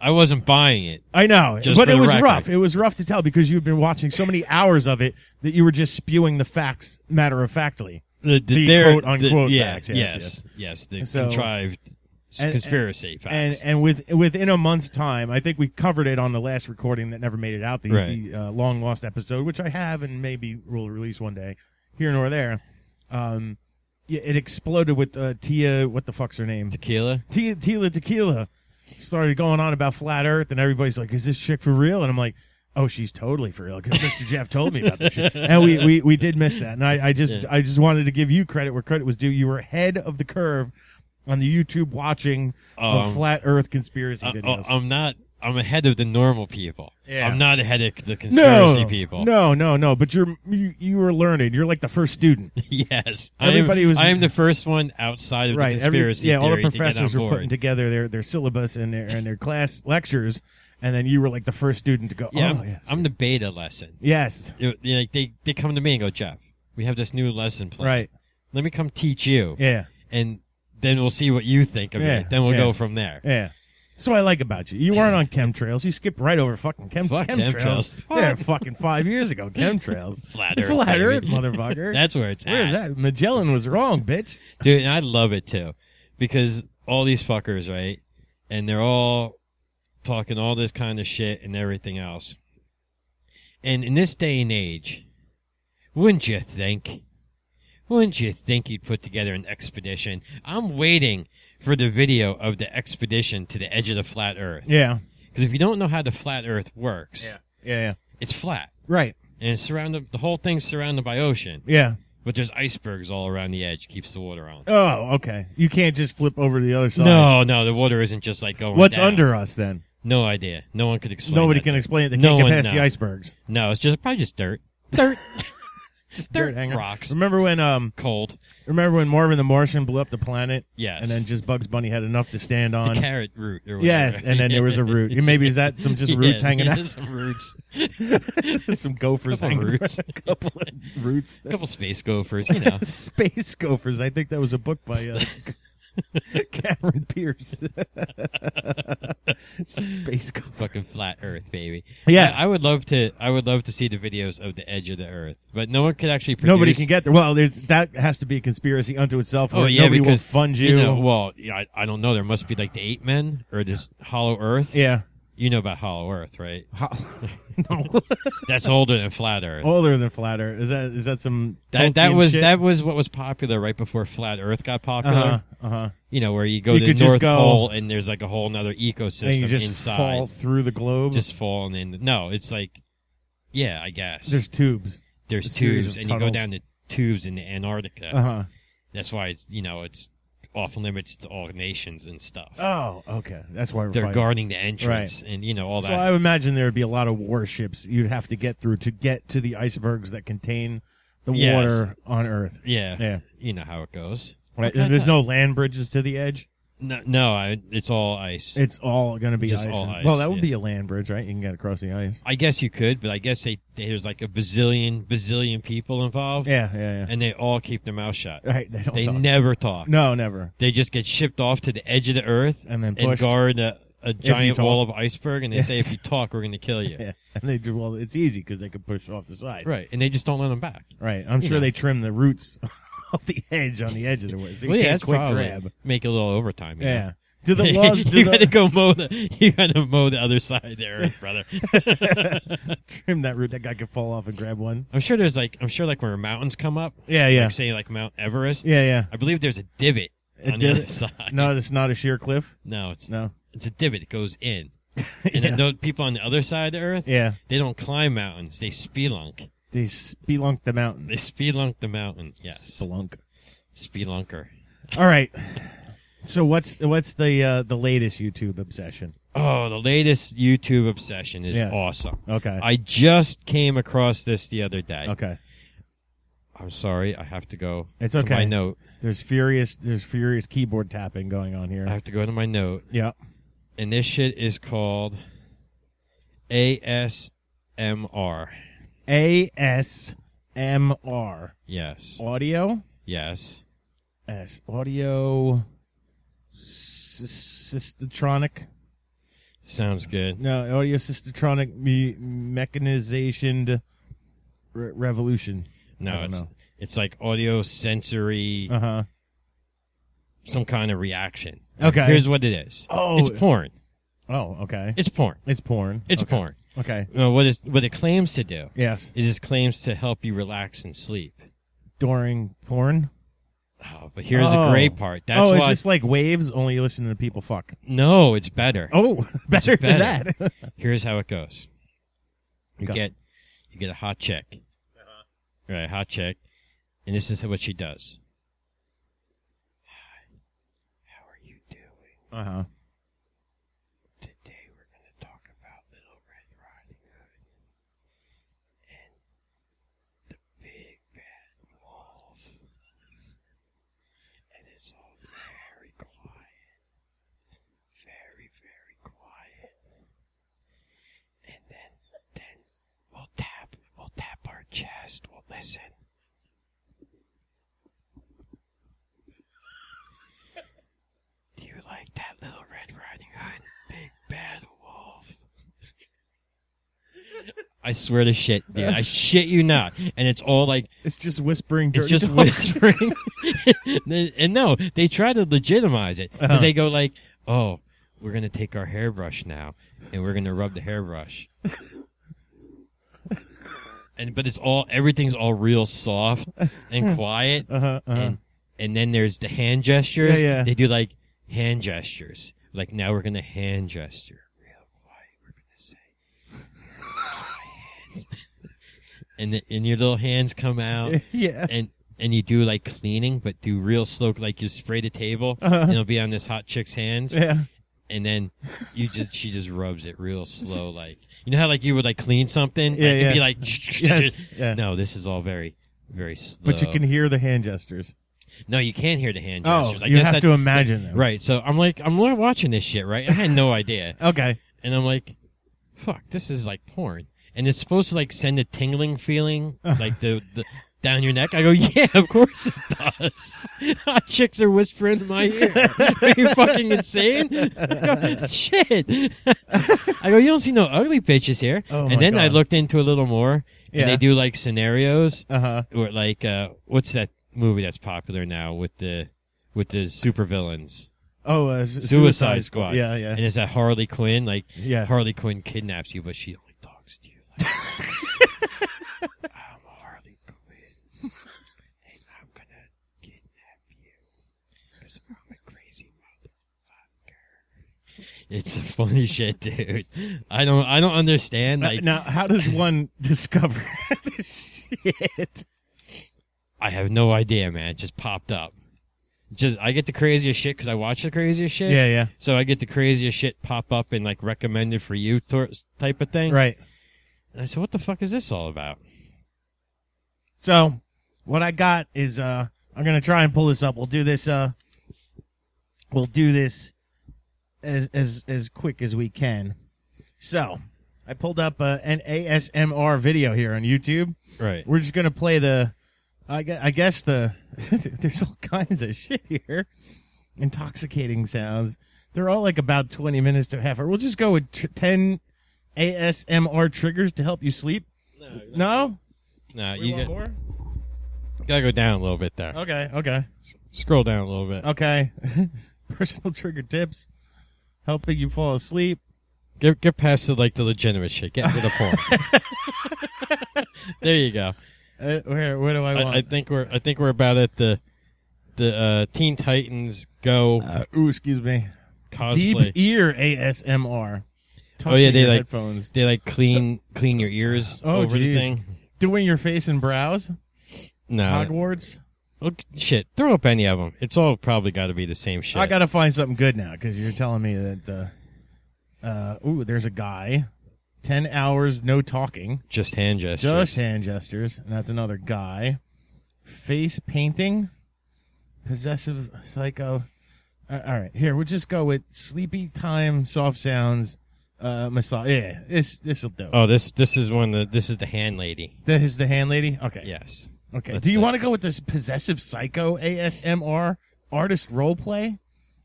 Speaker 3: I wasn't buying it.
Speaker 2: I know,
Speaker 3: Just
Speaker 2: but
Speaker 3: for
Speaker 2: it
Speaker 3: the
Speaker 2: was
Speaker 3: record.
Speaker 2: rough. It was rough to tell because you've been watching so many hours of it that you were just spewing the facts matter of factly.
Speaker 3: The, the,
Speaker 2: The
Speaker 3: their-
Speaker 2: quote-unquote
Speaker 3: yeah,
Speaker 2: facts, yes,
Speaker 3: yes, yes, the
Speaker 2: So-
Speaker 3: contrived s-
Speaker 2: and-
Speaker 3: conspiracy
Speaker 2: And
Speaker 3: facts.
Speaker 2: and with within a month's time, I think we covered it on the last recording that never made it out, the,
Speaker 3: Right.
Speaker 2: the uh, long lost episode, which I have and maybe will release one day, here nor there. Um, yeah, it exploded with uh, Tia. What the fuck's her name?
Speaker 3: Tequila.
Speaker 2: Tia Tila Tequila started going on about flat Earth, and everybody's like, "Is this chick for real?" And I'm like, "Oh, she's totally for real." Because Mr. Jeff told me about this shit, and we, we we did miss that. And I, I just
Speaker 3: Yeah.
Speaker 2: I just wanted to give you credit where credit was due. You were ahead of the curve on the YouTube watching of
Speaker 3: Um, uh,
Speaker 2: flat Earth conspiracy
Speaker 3: I,
Speaker 2: videos.
Speaker 3: am not. oh, I'm ahead of the normal people.
Speaker 2: Yeah.
Speaker 3: I'm not ahead of the conspiracy people.
Speaker 2: no, no, no. But you're you, you were learning. You're like the first student,
Speaker 3: yes, I
Speaker 2: Everybody
Speaker 3: am,
Speaker 2: was-
Speaker 3: I am the first one outside of
Speaker 2: right?
Speaker 3: the
Speaker 2: every-
Speaker 3: conspiracy.
Speaker 2: yeah, all the
Speaker 3: theory to get on
Speaker 2: professors were
Speaker 3: board.
Speaker 2: putting together their, their syllabus and their and their class lectures, and then you were like the first student to go.
Speaker 3: Yeah,
Speaker 2: oh,
Speaker 3: I'm,
Speaker 2: yes,
Speaker 3: I'm the beta lesson.
Speaker 2: Yes.
Speaker 3: It- you know, like, they they come to me and go, Jeff, we have this new lesson plan.
Speaker 2: Right.
Speaker 3: Let me come teach you,
Speaker 2: Yeah.
Speaker 3: and then we'll see what you think of
Speaker 2: Yeah,
Speaker 3: it. Then we'll
Speaker 2: yeah.
Speaker 3: go from there.
Speaker 2: Yeah. That's what I like about you. You weren't on chemtrails. You skipped right over fucking chem-
Speaker 3: Fuck
Speaker 2: chemtrails.
Speaker 3: chemtrails.
Speaker 2: Yeah, fucking five years ago, chemtrails.
Speaker 3: Flat Earth,
Speaker 2: Flat
Speaker 3: baby.
Speaker 2: Earth, motherfucker.
Speaker 3: That's where it's
Speaker 2: Where's
Speaker 3: at.
Speaker 2: that? Magellan was wrong, bitch.
Speaker 3: dude. And I love it too, because all these fuckers, right? And they're all talking all this kind of shit and everything else. And in this day and age, wouldn't you think? Wouldn't you think you'd put together an expedition? I'm waiting for the video of the expedition to the edge of the flat Earth.
Speaker 2: Yeah.
Speaker 3: Because if you don't know how the flat Earth works,
Speaker 2: Yeah. yeah.
Speaker 3: it's flat
Speaker 2: Right.
Speaker 3: and it's surrounded. The whole thing's surrounded by ocean,
Speaker 2: Yeah.
Speaker 3: but there's icebergs all around the edge. Keeps the water on.
Speaker 2: Oh, okay. You can't just flip over to the other side.
Speaker 3: No, no, the water isn't just like going.
Speaker 2: What's
Speaker 3: down.
Speaker 2: under us then?
Speaker 3: No idea. No one could explain.
Speaker 2: Nobody
Speaker 3: that
Speaker 2: can
Speaker 3: to me.
Speaker 2: explain it. They
Speaker 3: No
Speaker 2: can't
Speaker 3: one
Speaker 2: get past the
Speaker 3: knows.
Speaker 2: icebergs.
Speaker 3: No, it's just probably just dirt, dirt, just
Speaker 2: Dirt hanger.
Speaker 3: rocks,
Speaker 2: Remember when um
Speaker 3: cold.
Speaker 2: remember when Marvin the Martian blew up the planet
Speaker 3: Yes,
Speaker 2: and then just Bugs Bunny had enough to stand
Speaker 3: the
Speaker 2: on?
Speaker 3: carrot root. Or
Speaker 2: Yes,
Speaker 3: whatever.
Speaker 2: and then there was a root. And Maybe is that some just
Speaker 3: Yeah,
Speaker 2: roots hanging
Speaker 3: yeah,
Speaker 2: out?
Speaker 3: Some roots,
Speaker 2: some gophers
Speaker 3: Couple
Speaker 2: hanging
Speaker 3: roots.
Speaker 2: around. couple of roots.
Speaker 3: a couple space gophers. You know,
Speaker 2: Space gophers. I think that was a book by uh, Cameron Pierce. Space gophers.
Speaker 3: fucking flat Earth, baby.
Speaker 2: Yeah.
Speaker 3: I, I would love to. I would love to see the videos of the edge of the Earth, but no one could actually. Produce,
Speaker 2: Nobody can get there. Well, there's, that has to be a conspiracy unto itself.
Speaker 3: Oh
Speaker 2: where
Speaker 3: yeah,
Speaker 2: nobody
Speaker 3: because
Speaker 2: will fund you.
Speaker 3: know, well, yeah, I, I don't know. There must be like the ape men or this Hollow Earth.
Speaker 2: yeah.
Speaker 3: You know about Hollow Earth, right?
Speaker 2: How- no.
Speaker 3: That's older than flat Earth.
Speaker 2: Older than flat Earth. Is that is that some
Speaker 3: that that
Speaker 2: Tolkien
Speaker 3: was
Speaker 2: shit?
Speaker 3: that was what was popular right before flat Earth got popular.
Speaker 2: Uh-huh, uh-huh.
Speaker 3: You know where you go
Speaker 2: You
Speaker 3: to
Speaker 2: could
Speaker 3: the
Speaker 2: just
Speaker 3: North
Speaker 2: go-
Speaker 3: Pole and there's like a whole another ecosystem
Speaker 2: And you just
Speaker 3: inside,
Speaker 2: fall through the globe.
Speaker 3: just falling in. No, it's like yeah, I guess
Speaker 2: there's tubes.
Speaker 3: There's
Speaker 2: a series
Speaker 3: tubes
Speaker 2: of
Speaker 3: and you go
Speaker 2: tunnels.
Speaker 3: down to tubes in Antarctica.
Speaker 2: Uh huh.
Speaker 3: That's why it's you know it's off limits to all nations and stuff.
Speaker 2: Oh, okay. That's why we're
Speaker 3: They're
Speaker 2: fighting.
Speaker 3: guarding the entrance and you know all
Speaker 2: So
Speaker 3: that.
Speaker 2: I would imagine there would be a lot of warships you'd have to get through to get to the icebergs that contain the
Speaker 3: Yes.
Speaker 2: water on Earth.
Speaker 3: yeah,
Speaker 2: Yeah.
Speaker 3: you know how it goes.
Speaker 2: Right.
Speaker 3: Okay,
Speaker 2: And there's
Speaker 3: good.
Speaker 2: no land bridges to the edge.
Speaker 3: No, no, I, it's all ice.
Speaker 2: It's all going to be
Speaker 3: Just
Speaker 2: ice.
Speaker 3: all
Speaker 2: and-
Speaker 3: ice,
Speaker 2: well, that would
Speaker 3: yeah.
Speaker 2: be a land bridge, right? You can get across the ice.
Speaker 3: I guess you could, but I guess they there's like a bazillion bazillion people involved,
Speaker 2: Yeah, yeah, yeah.
Speaker 3: and they all keep their mouth shut.
Speaker 2: right. They don't
Speaker 3: They
Speaker 2: talk.
Speaker 3: never talk.
Speaker 2: no, never.
Speaker 3: They just get shipped off to the edge of the earth
Speaker 2: And then
Speaker 3: and
Speaker 2: pushed.
Speaker 3: guard a, a giant
Speaker 2: talk.
Speaker 3: wall of iceberg, and they say if you talk, we're going to kill you.
Speaker 2: Yeah. And they do, well, it's easy because they can push off the side.
Speaker 3: Right, and they just don't let them back.
Speaker 2: Right. I'm
Speaker 3: You
Speaker 2: sure
Speaker 3: know.
Speaker 2: they trim the roots off the edge on the edge of the way. So you
Speaker 3: well, yeah,
Speaker 2: can't
Speaker 3: that's
Speaker 2: quick
Speaker 3: probably
Speaker 2: grab.
Speaker 3: make a little overtime. you
Speaker 2: Yeah.
Speaker 3: know?
Speaker 2: Do the laws? Do
Speaker 3: you
Speaker 2: the,
Speaker 3: got to go mow the. You got to mow the other side of there, brother.
Speaker 2: trim that root. That guy could fall off and grab one.
Speaker 3: I'm sure there's like I'm sure like where mountains come up,
Speaker 2: Yeah, yeah,
Speaker 3: like say like Mount Everest.
Speaker 2: yeah, yeah.
Speaker 3: I believe there's a divot
Speaker 2: A
Speaker 3: on
Speaker 2: divot?
Speaker 3: the other side.
Speaker 2: No, it's not a sheer cliff.
Speaker 3: no, it's
Speaker 2: No.
Speaker 3: it's a divot. It goes in, and
Speaker 2: yeah.
Speaker 3: then those people on the other side of the Earth,
Speaker 2: yeah,
Speaker 3: they don't climb mountains. They spelunk.
Speaker 2: they spelunk the mountain.
Speaker 3: They spelunk the mountain. Yes,
Speaker 2: Spelunk.
Speaker 3: spelunker.
Speaker 2: All right. So what's what's the uh, the latest YouTube obsession?
Speaker 3: Oh, the latest YouTube obsession is
Speaker 2: Yes.
Speaker 3: awesome.
Speaker 2: Okay.
Speaker 3: I just came across this the other day.
Speaker 2: okay.
Speaker 3: I'm sorry, I have to go.
Speaker 2: It's
Speaker 3: to my
Speaker 2: okay.
Speaker 3: note.
Speaker 2: There's furious there's furious keyboard tapping going on
Speaker 3: I
Speaker 2: here.
Speaker 3: have to go to my note.
Speaker 2: Yeah.
Speaker 3: and this shit is called ASMR.
Speaker 2: ASMR
Speaker 3: Yes.
Speaker 2: Oh. audio
Speaker 3: Yes.
Speaker 2: S audio sys- systetronic
Speaker 3: Sounds good.
Speaker 2: no audio systetronic me- mechanization re- revolution. I
Speaker 3: No,
Speaker 2: don't
Speaker 3: it's
Speaker 2: know.
Speaker 3: it's like audio sensory
Speaker 2: Uh huh.
Speaker 3: some kind of reaction.
Speaker 2: Okay.
Speaker 3: Here's what it is.
Speaker 2: Oh.
Speaker 3: It's porn.
Speaker 2: oh, okay.
Speaker 3: It's porn.
Speaker 2: It's porn.
Speaker 3: It's
Speaker 2: okay.
Speaker 3: porn.
Speaker 2: Okay.
Speaker 3: No, what it what it claims to do
Speaker 2: Yes.
Speaker 3: is it claims to help you relax and sleep.
Speaker 2: During porn.
Speaker 3: Oh, but here's the
Speaker 2: Oh.
Speaker 3: great part. That's
Speaker 2: oh, it's
Speaker 3: why
Speaker 2: just like waves. Only you listen to people fuck.
Speaker 3: No, it's better.
Speaker 2: Oh, better than
Speaker 3: better.
Speaker 2: that.
Speaker 3: Here's how it goes. You
Speaker 2: Go.
Speaker 3: get you get a hot chick.
Speaker 2: Uh-huh.
Speaker 3: Right, hot chick. And this is what she does. Hi. How are you doing?
Speaker 2: uh huh.
Speaker 3: Today we're gonna talk about Little Red Riding Hood and the big bad wolf. And it's all very quiet. Very, very quiet. And then then we'll tap we'll tap our chest, we'll listen. Do you like that little Red Riding Hood, big bad wolf? I swear to shit, dude. I shit you not. And it's all like,
Speaker 2: It's just whispering.
Speaker 3: it's
Speaker 2: Dirty
Speaker 3: just
Speaker 2: talk.
Speaker 3: whispering. and no, they try to legitimize it. Because
Speaker 2: Uh-huh.
Speaker 3: they go like, oh, we're going to take our hairbrush now and we're going to rub the hairbrush. and But it's all, everything's all real soft and quiet
Speaker 2: Uh-huh, uh-huh.
Speaker 3: and, and then there's the hand gestures.
Speaker 2: Yeah, yeah.
Speaker 3: They do like hand gestures. Like now we're gonna hand gesture real quiet. We're gonna say, "Here's my hands," and the, and your little hands come out,
Speaker 2: uh, yeah.
Speaker 3: and and you do like cleaning, but do real slow. Like you spray the table,
Speaker 2: Uh-huh.
Speaker 3: and it'll be on this hot chick's hands,
Speaker 2: Yeah.
Speaker 3: and then you just she just rubs it real slow. Like you know how like you would like clean something,
Speaker 2: Yeah,
Speaker 3: like, it'd be
Speaker 2: yeah.
Speaker 3: like
Speaker 2: Yes, yeah.
Speaker 3: no, this is all very very slow.
Speaker 2: But you can hear the hand gestures.
Speaker 3: No, you can't hear the hand
Speaker 2: Oh,
Speaker 3: gestures. I
Speaker 2: you
Speaker 3: guess
Speaker 2: have
Speaker 3: that-
Speaker 2: to imagine them.
Speaker 3: Right. So I'm like, I'm wa- watching this shit, right? I had no idea.
Speaker 2: Okay.
Speaker 3: And I'm like, fuck, this is like porn. And it's supposed to like send a tingling feeling, like the, the down your neck. I go, yeah, of course it does. Hot chicks are whispering in my ear. Are you fucking insane? I go, shit. I go, you don't see no ugly bitches here.
Speaker 2: Oh, my
Speaker 3: and then I
Speaker 2: God.
Speaker 3: looked into a little more, and
Speaker 2: Yeah.
Speaker 3: they do like scenarios
Speaker 2: Uh huh.
Speaker 3: or like uh what's that movie that's popular now with the with the supervillains
Speaker 2: Oh, uh, su-
Speaker 3: suicide squad
Speaker 2: Yeah,
Speaker 3: and
Speaker 2: yeah.
Speaker 3: it's that harley quinn like
Speaker 2: Yeah.
Speaker 3: harley quinn kidnaps you but she only talks to you like this. i'm harley quinn and i'm gonna kidnap you because i'm a crazy motherfucker it's funny shit dude i don't i don't understand
Speaker 2: Uh,
Speaker 3: like
Speaker 2: now, how does one discover this shit?
Speaker 3: I have no idea, man. It just popped up. Just I get the craziest shit because I watch the craziest shit.
Speaker 2: Yeah, yeah.
Speaker 3: So I get the craziest shit pop up and like recommended for you tor- type of thing.
Speaker 2: Right.
Speaker 3: And I said, "What the fuck is this all about?"
Speaker 2: So, what I got is uh, I'm gonna try and pull this up. We'll do this. Uh, we'll do this as as as quick as we can. So, I pulled up uh, an ASMR video here on YouTube.
Speaker 3: Right.
Speaker 2: We're just gonna play the. I guess, I guess the there's all kinds of shit here, intoxicating sounds. They're all like about 20 minutes to a half hour. We'll just go with tr- 10 ASMR triggers to help you sleep.
Speaker 3: No,
Speaker 2: No,
Speaker 3: no.
Speaker 2: We
Speaker 3: You
Speaker 2: want
Speaker 3: got,
Speaker 2: more? Uh,
Speaker 3: gotta go down a little bit there.
Speaker 2: Okay, okay. uh,
Speaker 3: Scroll down a little bit.
Speaker 2: Okay. personal trigger tips, helping you fall asleep.
Speaker 3: Get get past the like the legitimate shit. Get to the porn. there you go.
Speaker 2: Uh, where where do I want?
Speaker 3: I, I think we're I think we're about at the the uh, Teen Titans Go
Speaker 2: uh, E ooh, excuse me.
Speaker 3: cosplay.
Speaker 2: Deep ear ASMR.
Speaker 3: Oh, yeah,
Speaker 2: Touching
Speaker 3: they
Speaker 2: your
Speaker 3: like-
Speaker 2: headphones.
Speaker 3: they like clean clean your ears
Speaker 2: Oh,
Speaker 3: over the
Speaker 2: geez.
Speaker 3: thing.
Speaker 2: Doing your face and brows.
Speaker 3: No,
Speaker 2: Hogwarts.
Speaker 3: Look, shit. Throw up any of them. It's all probably got to be the same shit.
Speaker 2: I gotta find something good now because you're telling me that. Uh, uh, ooh, there's a guy. Ten hours, no talking,
Speaker 3: just hand gestures.
Speaker 2: just hand gestures, and that's another guy. Face painting, possessive psycho. Uh, all right, here we'll just go with sleepy time, soft sounds, uh, massage. Yeah, this this'll do.
Speaker 3: Oh, this this is one. Of the, this is the hand lady.
Speaker 2: That is the hand lady. Okay.
Speaker 3: Yes.
Speaker 2: Okay.
Speaker 3: That's
Speaker 2: Do you
Speaker 3: it.
Speaker 2: want to go with this possessive psycho ASMR artist role play,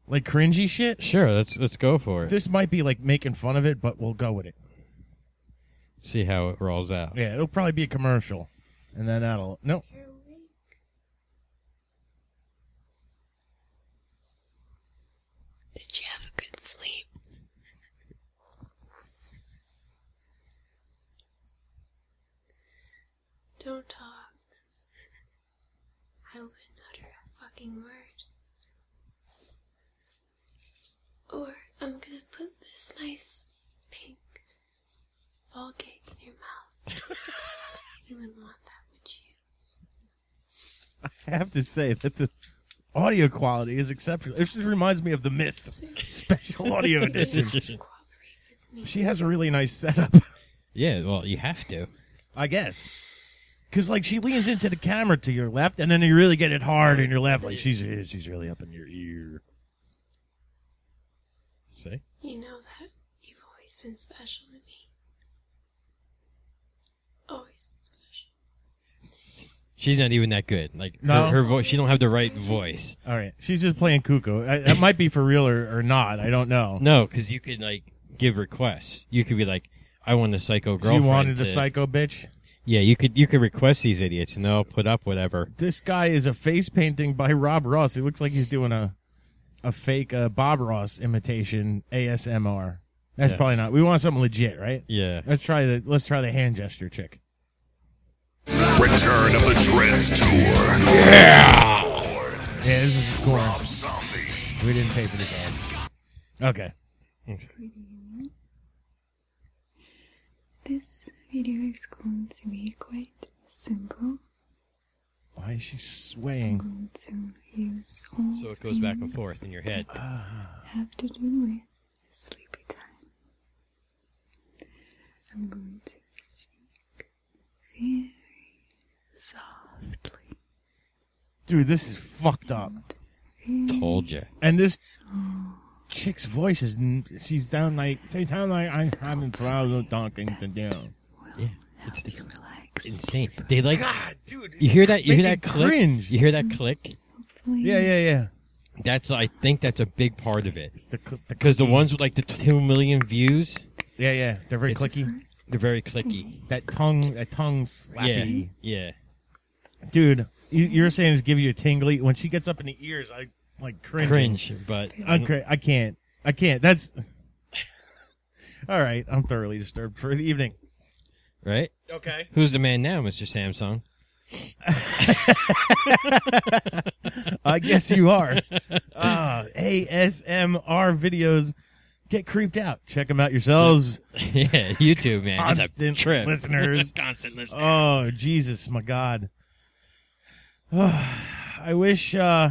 Speaker 2: like cringy shit?
Speaker 3: Sure. Let's let's go for it.
Speaker 2: This might be like making fun of it, but we'll go with it.
Speaker 3: See how it rolls out.
Speaker 2: Yeah, it'll probably be a commercial, and then that'll no.
Speaker 4: Did you have a good sleep? Don't talk. I wouldn't utter a fucking word. Or I'm gonna put this nice pink ball cake in your mouth. you wouldn't want that, would you?
Speaker 2: I have to say that the audio quality is exceptional. It just reminds me of the Mist special audio edition.
Speaker 4: Would you cooperate with me?
Speaker 2: She has a really nice setup,
Speaker 3: Yeah. Well, you have to.
Speaker 2: I guess. Cause like she leans into the camera to your left, and then you really get it hard in your left. Like she's she's really up in your ear.
Speaker 3: See.
Speaker 4: You know that you've always been special to me. Always been special.
Speaker 3: She's not even that good. Like
Speaker 2: No.
Speaker 3: her, her voice, she don't have the right voice.
Speaker 2: All right, she's just playing cuckoo. I, that might be for real or, or not. I don't know.
Speaker 3: No, because you could like give requests. You could be like, "I want a psycho
Speaker 2: She
Speaker 3: girlfriend."
Speaker 2: wanted the
Speaker 3: to-
Speaker 2: psycho bitch.
Speaker 3: Yeah, you could you could request these idiots, and they'll put up whatever.
Speaker 2: This guy is a face painting by Rob Ross. It looks like he's doing a a fake uh, Bob Ross imitation ASMR. That's
Speaker 3: Yes.
Speaker 2: probably not. We want something legit, right?
Speaker 3: Yeah.
Speaker 2: Let's try the let's try the hand gesture chick.
Speaker 5: Return of the Dreads Tour.
Speaker 2: Yeah, this is cool. We didn't pay for this ad. Okay.
Speaker 6: This video is going to be quite simple.
Speaker 2: Why is she
Speaker 6: I'm
Speaker 2: swaying?
Speaker 6: going to use all
Speaker 3: So it goes back and forth in your head.
Speaker 6: that have to do with sleepy time. I'm going to speak very softly.
Speaker 2: Dude, this is fucked up.
Speaker 3: Told you.
Speaker 2: And this chick's voice is n- she's down like she sound like I'm having problems talking to you.
Speaker 3: Yeah. It's,
Speaker 6: Be
Speaker 3: it's
Speaker 6: relaxed.
Speaker 3: insane. They like
Speaker 2: God, dude.
Speaker 3: you hear that you hear that
Speaker 2: Making
Speaker 3: click.
Speaker 2: cringe.
Speaker 3: You hear that click.
Speaker 6: Hopefully,
Speaker 2: Yeah, yeah, yeah.
Speaker 3: That's I think that's a big part of it
Speaker 2: The, cl- the
Speaker 3: because the ones with like the two million views,
Speaker 2: yeah, yeah. They're very clicky.
Speaker 6: First,
Speaker 3: they're very clicky.
Speaker 2: That tongue, that tongue
Speaker 3: Yeah,
Speaker 2: slappy.
Speaker 3: yeah.
Speaker 2: Dude, you, you're saying is give you a tingly when she gets up in the ears. I like cringe.
Speaker 3: Cringe, but
Speaker 2: I cr- I can't. I can't. That's all right. I'm thoroughly disturbed for the evening.
Speaker 3: right.
Speaker 2: Okay.
Speaker 3: Who's the man now, Mister Samsung?
Speaker 2: I guess you are. Ah, ASMR videos get creeped out. Check them out yourselves.
Speaker 3: yeah, YouTube man.
Speaker 2: Constant
Speaker 3: it's a trip.
Speaker 2: listeners.
Speaker 3: Constant listeners.
Speaker 2: Oh, Jesus, my God. I wish, uh,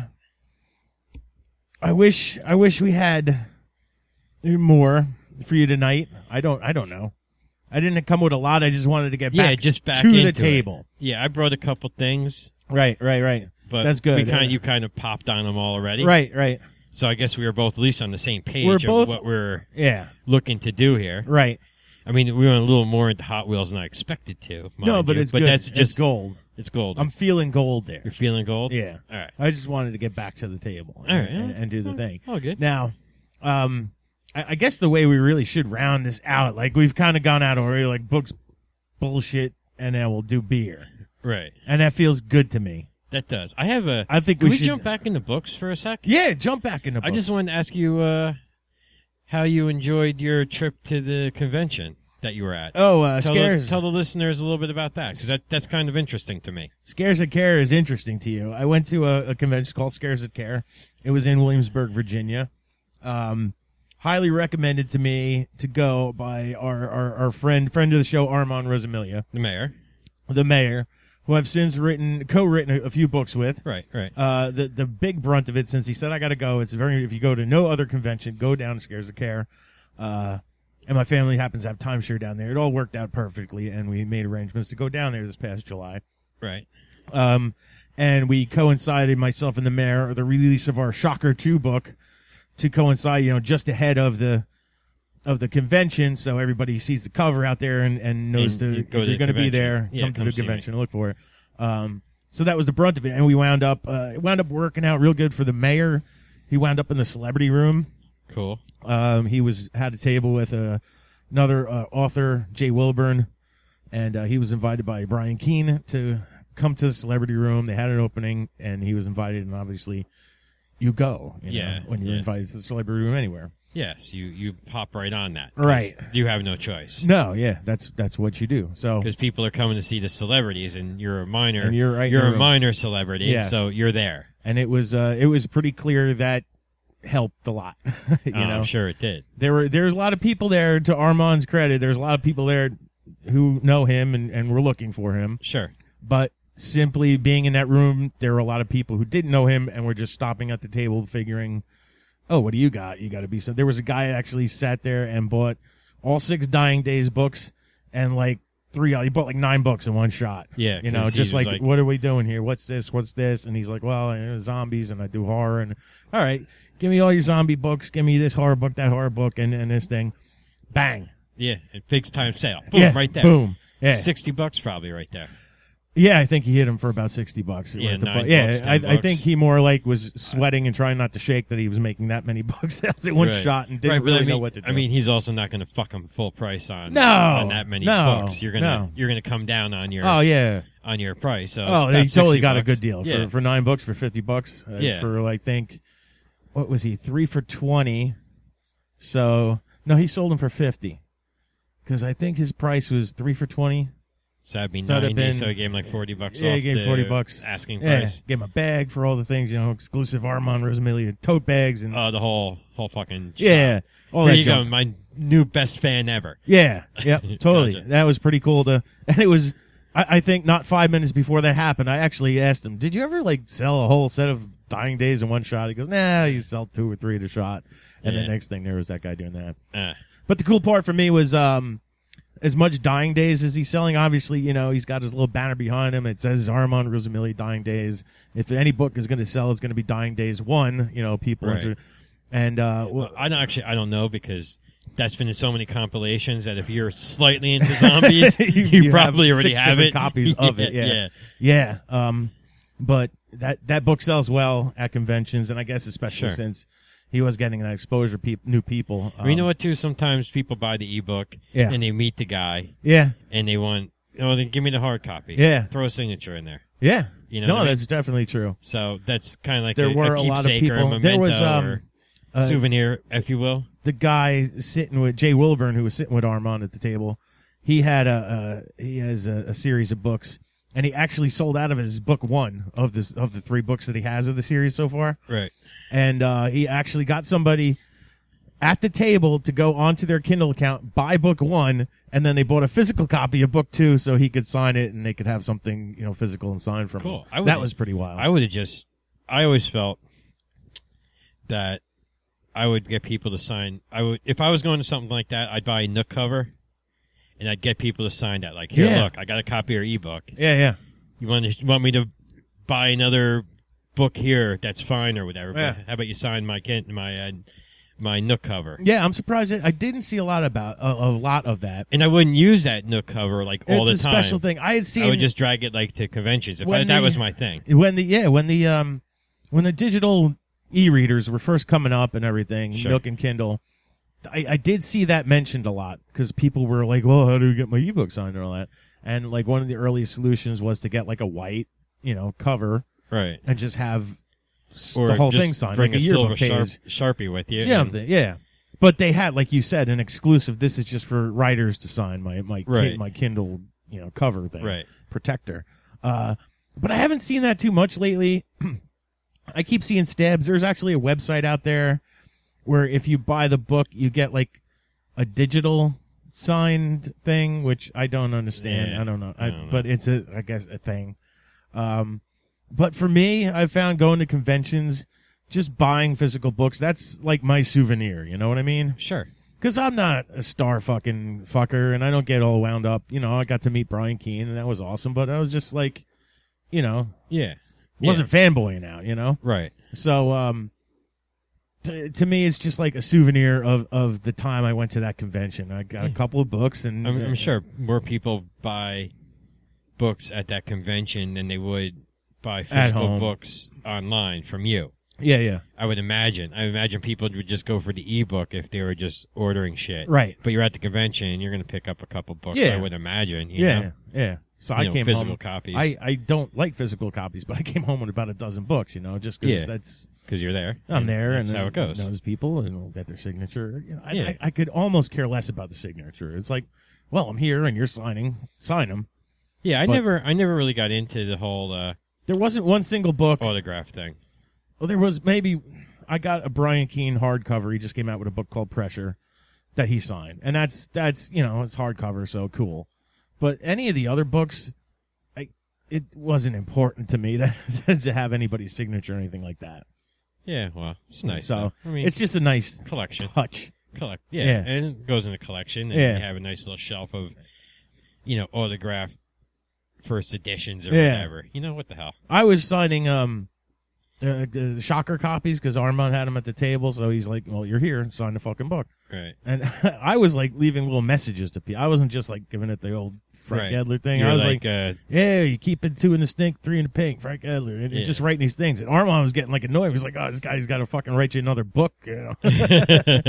Speaker 2: I wish, I wish we had more for you tonight. I don't, I don't know. I didn't come with a lot. I just wanted to get
Speaker 3: yeah,
Speaker 2: back
Speaker 3: just back
Speaker 2: to
Speaker 3: into
Speaker 2: the
Speaker 3: it.
Speaker 2: table.
Speaker 3: Yeah, I brought a couple things,
Speaker 2: Right, right, right.
Speaker 3: but
Speaker 2: That's good.
Speaker 3: We kind you kind of popped on them all already,
Speaker 2: Right, right.
Speaker 3: So I guess we were both at least on the same page
Speaker 2: We're
Speaker 3: of
Speaker 2: both-
Speaker 3: what we're
Speaker 2: Yeah,
Speaker 3: looking to do here.
Speaker 2: right.
Speaker 3: I mean, we went a little more into Hot Wheels than I expected to. mind
Speaker 2: no, but
Speaker 3: you,
Speaker 2: it's
Speaker 3: but
Speaker 2: good.
Speaker 3: that's
Speaker 2: It's
Speaker 3: just
Speaker 2: gold.
Speaker 3: It's gold.
Speaker 2: I'm feeling gold there.
Speaker 3: You're feeling gold.
Speaker 2: Yeah.
Speaker 3: All right.
Speaker 2: I just wanted to get back to the table and,
Speaker 3: All right.
Speaker 2: and, and do the thing.
Speaker 3: Oh, good.
Speaker 2: Now, um, I, I guess the way we really should round this out, like we've kind of gone out already, like books, bullshit, and then we'll do beer,
Speaker 3: Right.
Speaker 2: and that feels good to me.
Speaker 3: That does. I have a.
Speaker 2: I think
Speaker 3: Can
Speaker 2: we
Speaker 3: we,
Speaker 2: should-
Speaker 3: jump back into books for a sec?
Speaker 2: Yeah, jump back in the.
Speaker 3: I
Speaker 2: book.
Speaker 3: just wanted to ask you uh, how you enjoyed your trip to the convention that you were at.
Speaker 2: oh uh,
Speaker 3: tell,
Speaker 2: scares
Speaker 3: the, tell the listeners a little bit about that because that, that's kind of interesting to me.
Speaker 2: scares and care is interesting to you. I went to a, a convention called Scares and Care. It was in Williamsburg, Virginia. Um, highly recommended to me to go by our, our, our friend friend of the show Armand Rosamilia,
Speaker 3: The mayor.
Speaker 2: the mayor, who I've since written co-written a, a few books with.
Speaker 3: Right, right.
Speaker 2: Uh, the the big brunt of it since he said I got to go. It's very if you go to no other convention, go down to Scares of Care. Uh, and my family happens to have timeshare down there. It all worked out perfectly, and we made arrangements to go down there this past July.
Speaker 3: right.
Speaker 2: Um, and we coincided myself and the mayor or the release of our Shocker Two book to coincide, you know, just ahead of the of the convention, so everybody sees the cover out there and, and knows
Speaker 3: And
Speaker 2: to
Speaker 3: you go
Speaker 2: if
Speaker 3: to
Speaker 2: you're
Speaker 3: the
Speaker 2: going to be
Speaker 3: convention.
Speaker 2: there,
Speaker 3: Yeah,
Speaker 2: come to
Speaker 3: come
Speaker 2: the
Speaker 3: see me.
Speaker 2: convention and look for it. Um, so that was the brunt of it, and we wound up uh, it wound up working out real good for the mayor. He wound up in the celebrity room.
Speaker 3: Cool.
Speaker 2: Um, he was had a table with uh, another uh, author, Jay Wilburn, and uh, he was invited by Brian Keene to come to the celebrity room. They had an opening, and he was invited, and obviously, you go. You
Speaker 3: Yeah,
Speaker 2: know, when you're
Speaker 3: yeah.
Speaker 2: invited to the celebrity room anywhere.
Speaker 3: Yes, you, you hop right on that. 'cause
Speaker 2: Right.
Speaker 3: You have no choice.
Speaker 2: No, yeah, that's that's what you do. So
Speaker 3: Because people are coming to see the celebrities, and you're a minor.
Speaker 2: And you're right in the
Speaker 3: You're a
Speaker 2: room.
Speaker 3: minor celebrity,
Speaker 2: Yes.
Speaker 3: so you're there.
Speaker 2: and it was uh, it was pretty clear that helped a lot. you
Speaker 3: Oh,
Speaker 2: know,
Speaker 3: I'm sure it did.
Speaker 2: there were there's a lot of people there. To Armand's credit, there's a lot of people there who know him and and were looking for him.
Speaker 3: Sure.
Speaker 2: but simply being in that room, there were a lot of people who didn't know him and were just stopping at the table, figuring, "Oh, what do you got? You got to be so." There was a guy actually sat there and bought all six Dying Days books and like three. He bought like nine books in one shot.
Speaker 3: Yeah,
Speaker 2: you know,
Speaker 3: 'cause he
Speaker 2: just
Speaker 3: was
Speaker 2: like,
Speaker 3: like-
Speaker 2: what are we doing here? What's this? What's this? And he's like, "Well, you know, zombies, and I do horror." And all right, give me all your zombie books. Give me this horror book, that horror book, and and this thing. Bang!
Speaker 3: Yeah. It big time sale. Boom,
Speaker 2: Yeah,
Speaker 3: right there.
Speaker 2: Boom! Yeah.
Speaker 3: 60 bucks probably right there.
Speaker 2: Yeah, I think he hit him for about sixty bucks.
Speaker 3: Yeah,
Speaker 2: At the
Speaker 3: nine
Speaker 2: bu- yeah.
Speaker 3: bucks,
Speaker 2: I,
Speaker 3: 10
Speaker 2: I think
Speaker 3: bucks.
Speaker 2: he more like was sweating and trying not to shake that he was making that many bucks sales at one
Speaker 3: Right.
Speaker 2: shot and didn't
Speaker 3: Right, but
Speaker 2: really
Speaker 3: I mean,
Speaker 2: know what to do.
Speaker 3: I mean, he's also not going to fuck him full price on
Speaker 2: No,
Speaker 3: on that many
Speaker 2: no,
Speaker 3: books. You're gonna
Speaker 2: no.
Speaker 3: you're gonna come down on your
Speaker 2: oh yeah,
Speaker 3: on your price. So
Speaker 2: oh
Speaker 3: about
Speaker 2: he totally
Speaker 3: 60
Speaker 2: got a
Speaker 3: bucks.
Speaker 2: good deal
Speaker 3: Yeah.
Speaker 2: for, for nine bucks for fifty bucks. Uh,
Speaker 3: Yeah.
Speaker 2: for like think, what was he three for twenty? So no, he sold him for fifty because I think his price was three for twenty.
Speaker 3: so that'd be
Speaker 2: so it'd have
Speaker 3: ninety.
Speaker 2: been-
Speaker 3: so he gave him like forty bucks.
Speaker 2: Yeah, he
Speaker 3: off
Speaker 2: gave
Speaker 3: the
Speaker 2: 40 bucks.
Speaker 3: asking
Speaker 2: Yeah,
Speaker 3: price.
Speaker 2: gave him a bag for all the things you know, exclusive Armand Rosamilia tote bags and
Speaker 3: Oh, the whole whole fucking shop.
Speaker 2: yeah, all
Speaker 3: Here
Speaker 2: that
Speaker 3: you
Speaker 2: junk.
Speaker 3: go, my new best fan ever.
Speaker 2: Yeah, yeah, totally.
Speaker 3: Gotcha.
Speaker 2: That was pretty cool. To and it was, I, I think, not five minutes before that happened. I actually asked him, "Did you ever like sell a whole set of Dying Days in one shot?" He goes, "Nah, you sell two or three at a shot." And
Speaker 3: Yeah.
Speaker 2: the next thing, there was that guy doing that.
Speaker 3: Uh,
Speaker 2: But the cool part for me was, um, as much Dying Days as he's selling, obviously, you know, he's got his little banner behind him. It says Armand Rosamilli Dying Days. If any book is going to sell, it's going to be Dying Days one. You know, people.
Speaker 3: Right.
Speaker 2: Inter- and uh, well,
Speaker 3: I don't actually I don't know because. That's been in so many compilations that if you're slightly into zombies, you,
Speaker 2: have
Speaker 3: probably already
Speaker 2: six
Speaker 3: have
Speaker 2: different
Speaker 3: it.
Speaker 2: Copies of it,
Speaker 3: yeah.
Speaker 2: Yeah. Um, but that that book sells well at conventions, and I guess especially
Speaker 3: Sure.
Speaker 2: since he was getting that exposure, peop new people. Um,
Speaker 3: We know what too. Sometimes people buy the ebook
Speaker 2: Yeah.
Speaker 3: and they meet the guy
Speaker 2: Yeah.
Speaker 3: and they want, oh, then give me the hard copy.
Speaker 2: Yeah.
Speaker 3: throw a signature in there.
Speaker 2: Yeah.
Speaker 3: You know
Speaker 2: no,
Speaker 3: what I mean?
Speaker 2: that's definitely true.
Speaker 3: So that's kind of like
Speaker 2: There
Speaker 3: a,
Speaker 2: were
Speaker 3: a,
Speaker 2: a lot of
Speaker 3: keepsake or
Speaker 2: people-
Speaker 3: a
Speaker 2: there was,
Speaker 3: memento
Speaker 2: um,
Speaker 3: or
Speaker 2: uh,
Speaker 3: souvenir, if you will.
Speaker 2: The guy sitting with Jay Wilburn, who was sitting with Armand at the table, he had a, a he has a, a series of books, and he actually sold out of his book one of this of the three books that he has of the series so far.
Speaker 3: Right.
Speaker 2: and uh, he actually got somebody at the table to go onto their Kindle account, buy book one, and then they bought a physical copy of book two, so he could sign it and they could have something you know physical and signed from
Speaker 3: Cool. I
Speaker 2: him.
Speaker 3: would-
Speaker 2: That was pretty wild.
Speaker 3: I would have just. I always felt that I would get people to sign. I would if I was going to something like that, I'd buy a Nook cover. And I'd get people to sign that, like, here,
Speaker 2: Yeah.
Speaker 3: look, I got a copy of your ebook.
Speaker 2: yeah, yeah,
Speaker 3: You want to, you want me to buy another book here? That's fine or whatever. but
Speaker 2: Yeah.
Speaker 3: how about you sign my Kent, my uh, my Nook cover?
Speaker 2: yeah. I'm surprised that I didn't see a lot about a, a lot of that.
Speaker 3: And I wouldn't use that Nook cover like all
Speaker 2: it's
Speaker 3: the
Speaker 2: a
Speaker 3: time.
Speaker 2: special thing. I had seen
Speaker 3: I would just drag it like to conventions. If I,
Speaker 2: When
Speaker 3: that
Speaker 2: the-
Speaker 3: was my thing.
Speaker 2: when the yeah when the um when the digital e-readers were first coming up and everything
Speaker 3: Sure.
Speaker 2: nook and kindle I, I did see that mentioned a lot because people were like well how do you get my ebook signed and all that and like one of the earliest solutions was to get like a white you know cover
Speaker 3: right.
Speaker 2: and just have s-
Speaker 3: Or
Speaker 2: the whole
Speaker 3: just
Speaker 2: thing signed,
Speaker 3: bring
Speaker 2: like
Speaker 3: a
Speaker 2: a
Speaker 3: silver
Speaker 2: yearbook
Speaker 3: sharp,
Speaker 2: page.
Speaker 3: sharpie with you.
Speaker 2: Yeah,
Speaker 3: and-
Speaker 2: th- yeah. But they had, like you said, an exclusive. This is just for writers to sign my my kin-
Speaker 3: Right.
Speaker 2: my Kindle, you know, cover thing,
Speaker 3: Right.
Speaker 2: Protector. Uh, but I haven't seen that too much lately. I keep seeing stabs. There's actually a website out there where if you buy the book, you get like a digital signed thing, which I don't understand.
Speaker 3: Yeah,
Speaker 2: I don't know,
Speaker 3: I
Speaker 2: I,
Speaker 3: don't know.
Speaker 2: but it's a, I guess, a thing. Um, but for me, I found going to conventions, just buying physical books. That's like my souvenir. You know what I mean?
Speaker 3: Sure.
Speaker 2: Because I'm not a star fucking fucker, and I don't get all wound up. You know, I got to meet Brian Keene, and that was awesome. But I was just like, you know,
Speaker 3: Yeah.
Speaker 2: wasn't fanboying out. You know.
Speaker 3: Right.
Speaker 2: So, um, to, to me, it's just like a souvenir of, of the time I went to that convention. I got a couple of books, and
Speaker 3: Mm.
Speaker 2: uh,
Speaker 3: I'm, I'm sure more people buy books at that convention than they would buy physical
Speaker 2: home.
Speaker 3: books online from you.
Speaker 2: Yeah, yeah,
Speaker 3: I would imagine. I imagine people would just go for the ebook if they were just ordering shit.
Speaker 2: right.
Speaker 3: But you're at the convention, you're going to pick up a couple books.
Speaker 2: Yeah.
Speaker 3: I would imagine. You
Speaker 2: Yeah,
Speaker 3: Know?
Speaker 2: yeah. So
Speaker 3: You
Speaker 2: I
Speaker 3: know,
Speaker 2: came
Speaker 3: physical
Speaker 2: home.
Speaker 3: copies.
Speaker 2: I, I don't like physical copies, but I came home with about a dozen books. You know, just because
Speaker 3: Yeah.
Speaker 2: that's
Speaker 3: because you're there.
Speaker 2: I'm there,
Speaker 3: That's
Speaker 2: and
Speaker 3: how it goes.
Speaker 2: Knows people, and we'll get their signature. You know, I,
Speaker 3: Yeah.
Speaker 2: I, I could almost care less about the signature. It's like, well, I'm here, and you're signing. Sign them.
Speaker 3: Yeah, I
Speaker 2: But-
Speaker 3: never, I never really got into the whole uh,
Speaker 2: There wasn't one single book.
Speaker 3: autograph thing.
Speaker 2: Well, there was maybe I got a Brian Keene hardcover. He just came out with a book called Pressure that he signed, and that's that's you know it's hardcover, so cool. But any of the other books, I it wasn't important to me to to have anybody's signature or anything like that.
Speaker 3: Yeah, well, it's nice.
Speaker 2: So,
Speaker 3: though. I mean,
Speaker 2: it's just a nice
Speaker 3: collection.
Speaker 2: touch.
Speaker 3: collect. Yeah,
Speaker 2: Yeah.
Speaker 3: and it goes in a collection, and
Speaker 2: Yeah.
Speaker 3: you have a nice little shelf of, you know, autographed first editions or
Speaker 2: Yeah.
Speaker 3: whatever. You know what the hell?
Speaker 2: I was signing um. Uh, the shocker copies because Armand had them at the table, so he's like, "Well, you're here, sign the fucking book."
Speaker 3: Right.
Speaker 2: And I was like leaving little messages to people. I wasn't just like giving it the old Frank
Speaker 3: Right.
Speaker 2: Edler thing.
Speaker 3: You're
Speaker 2: I was
Speaker 3: like, uh,
Speaker 2: Yeah, you keep it two in the stink, three in the pink, Frank Adler, and, and
Speaker 3: Yeah.
Speaker 2: just writing these things. And Armand was getting like annoyed. He was like, "Oh, this guy's got to fucking write you another book." You know?
Speaker 3: yeah,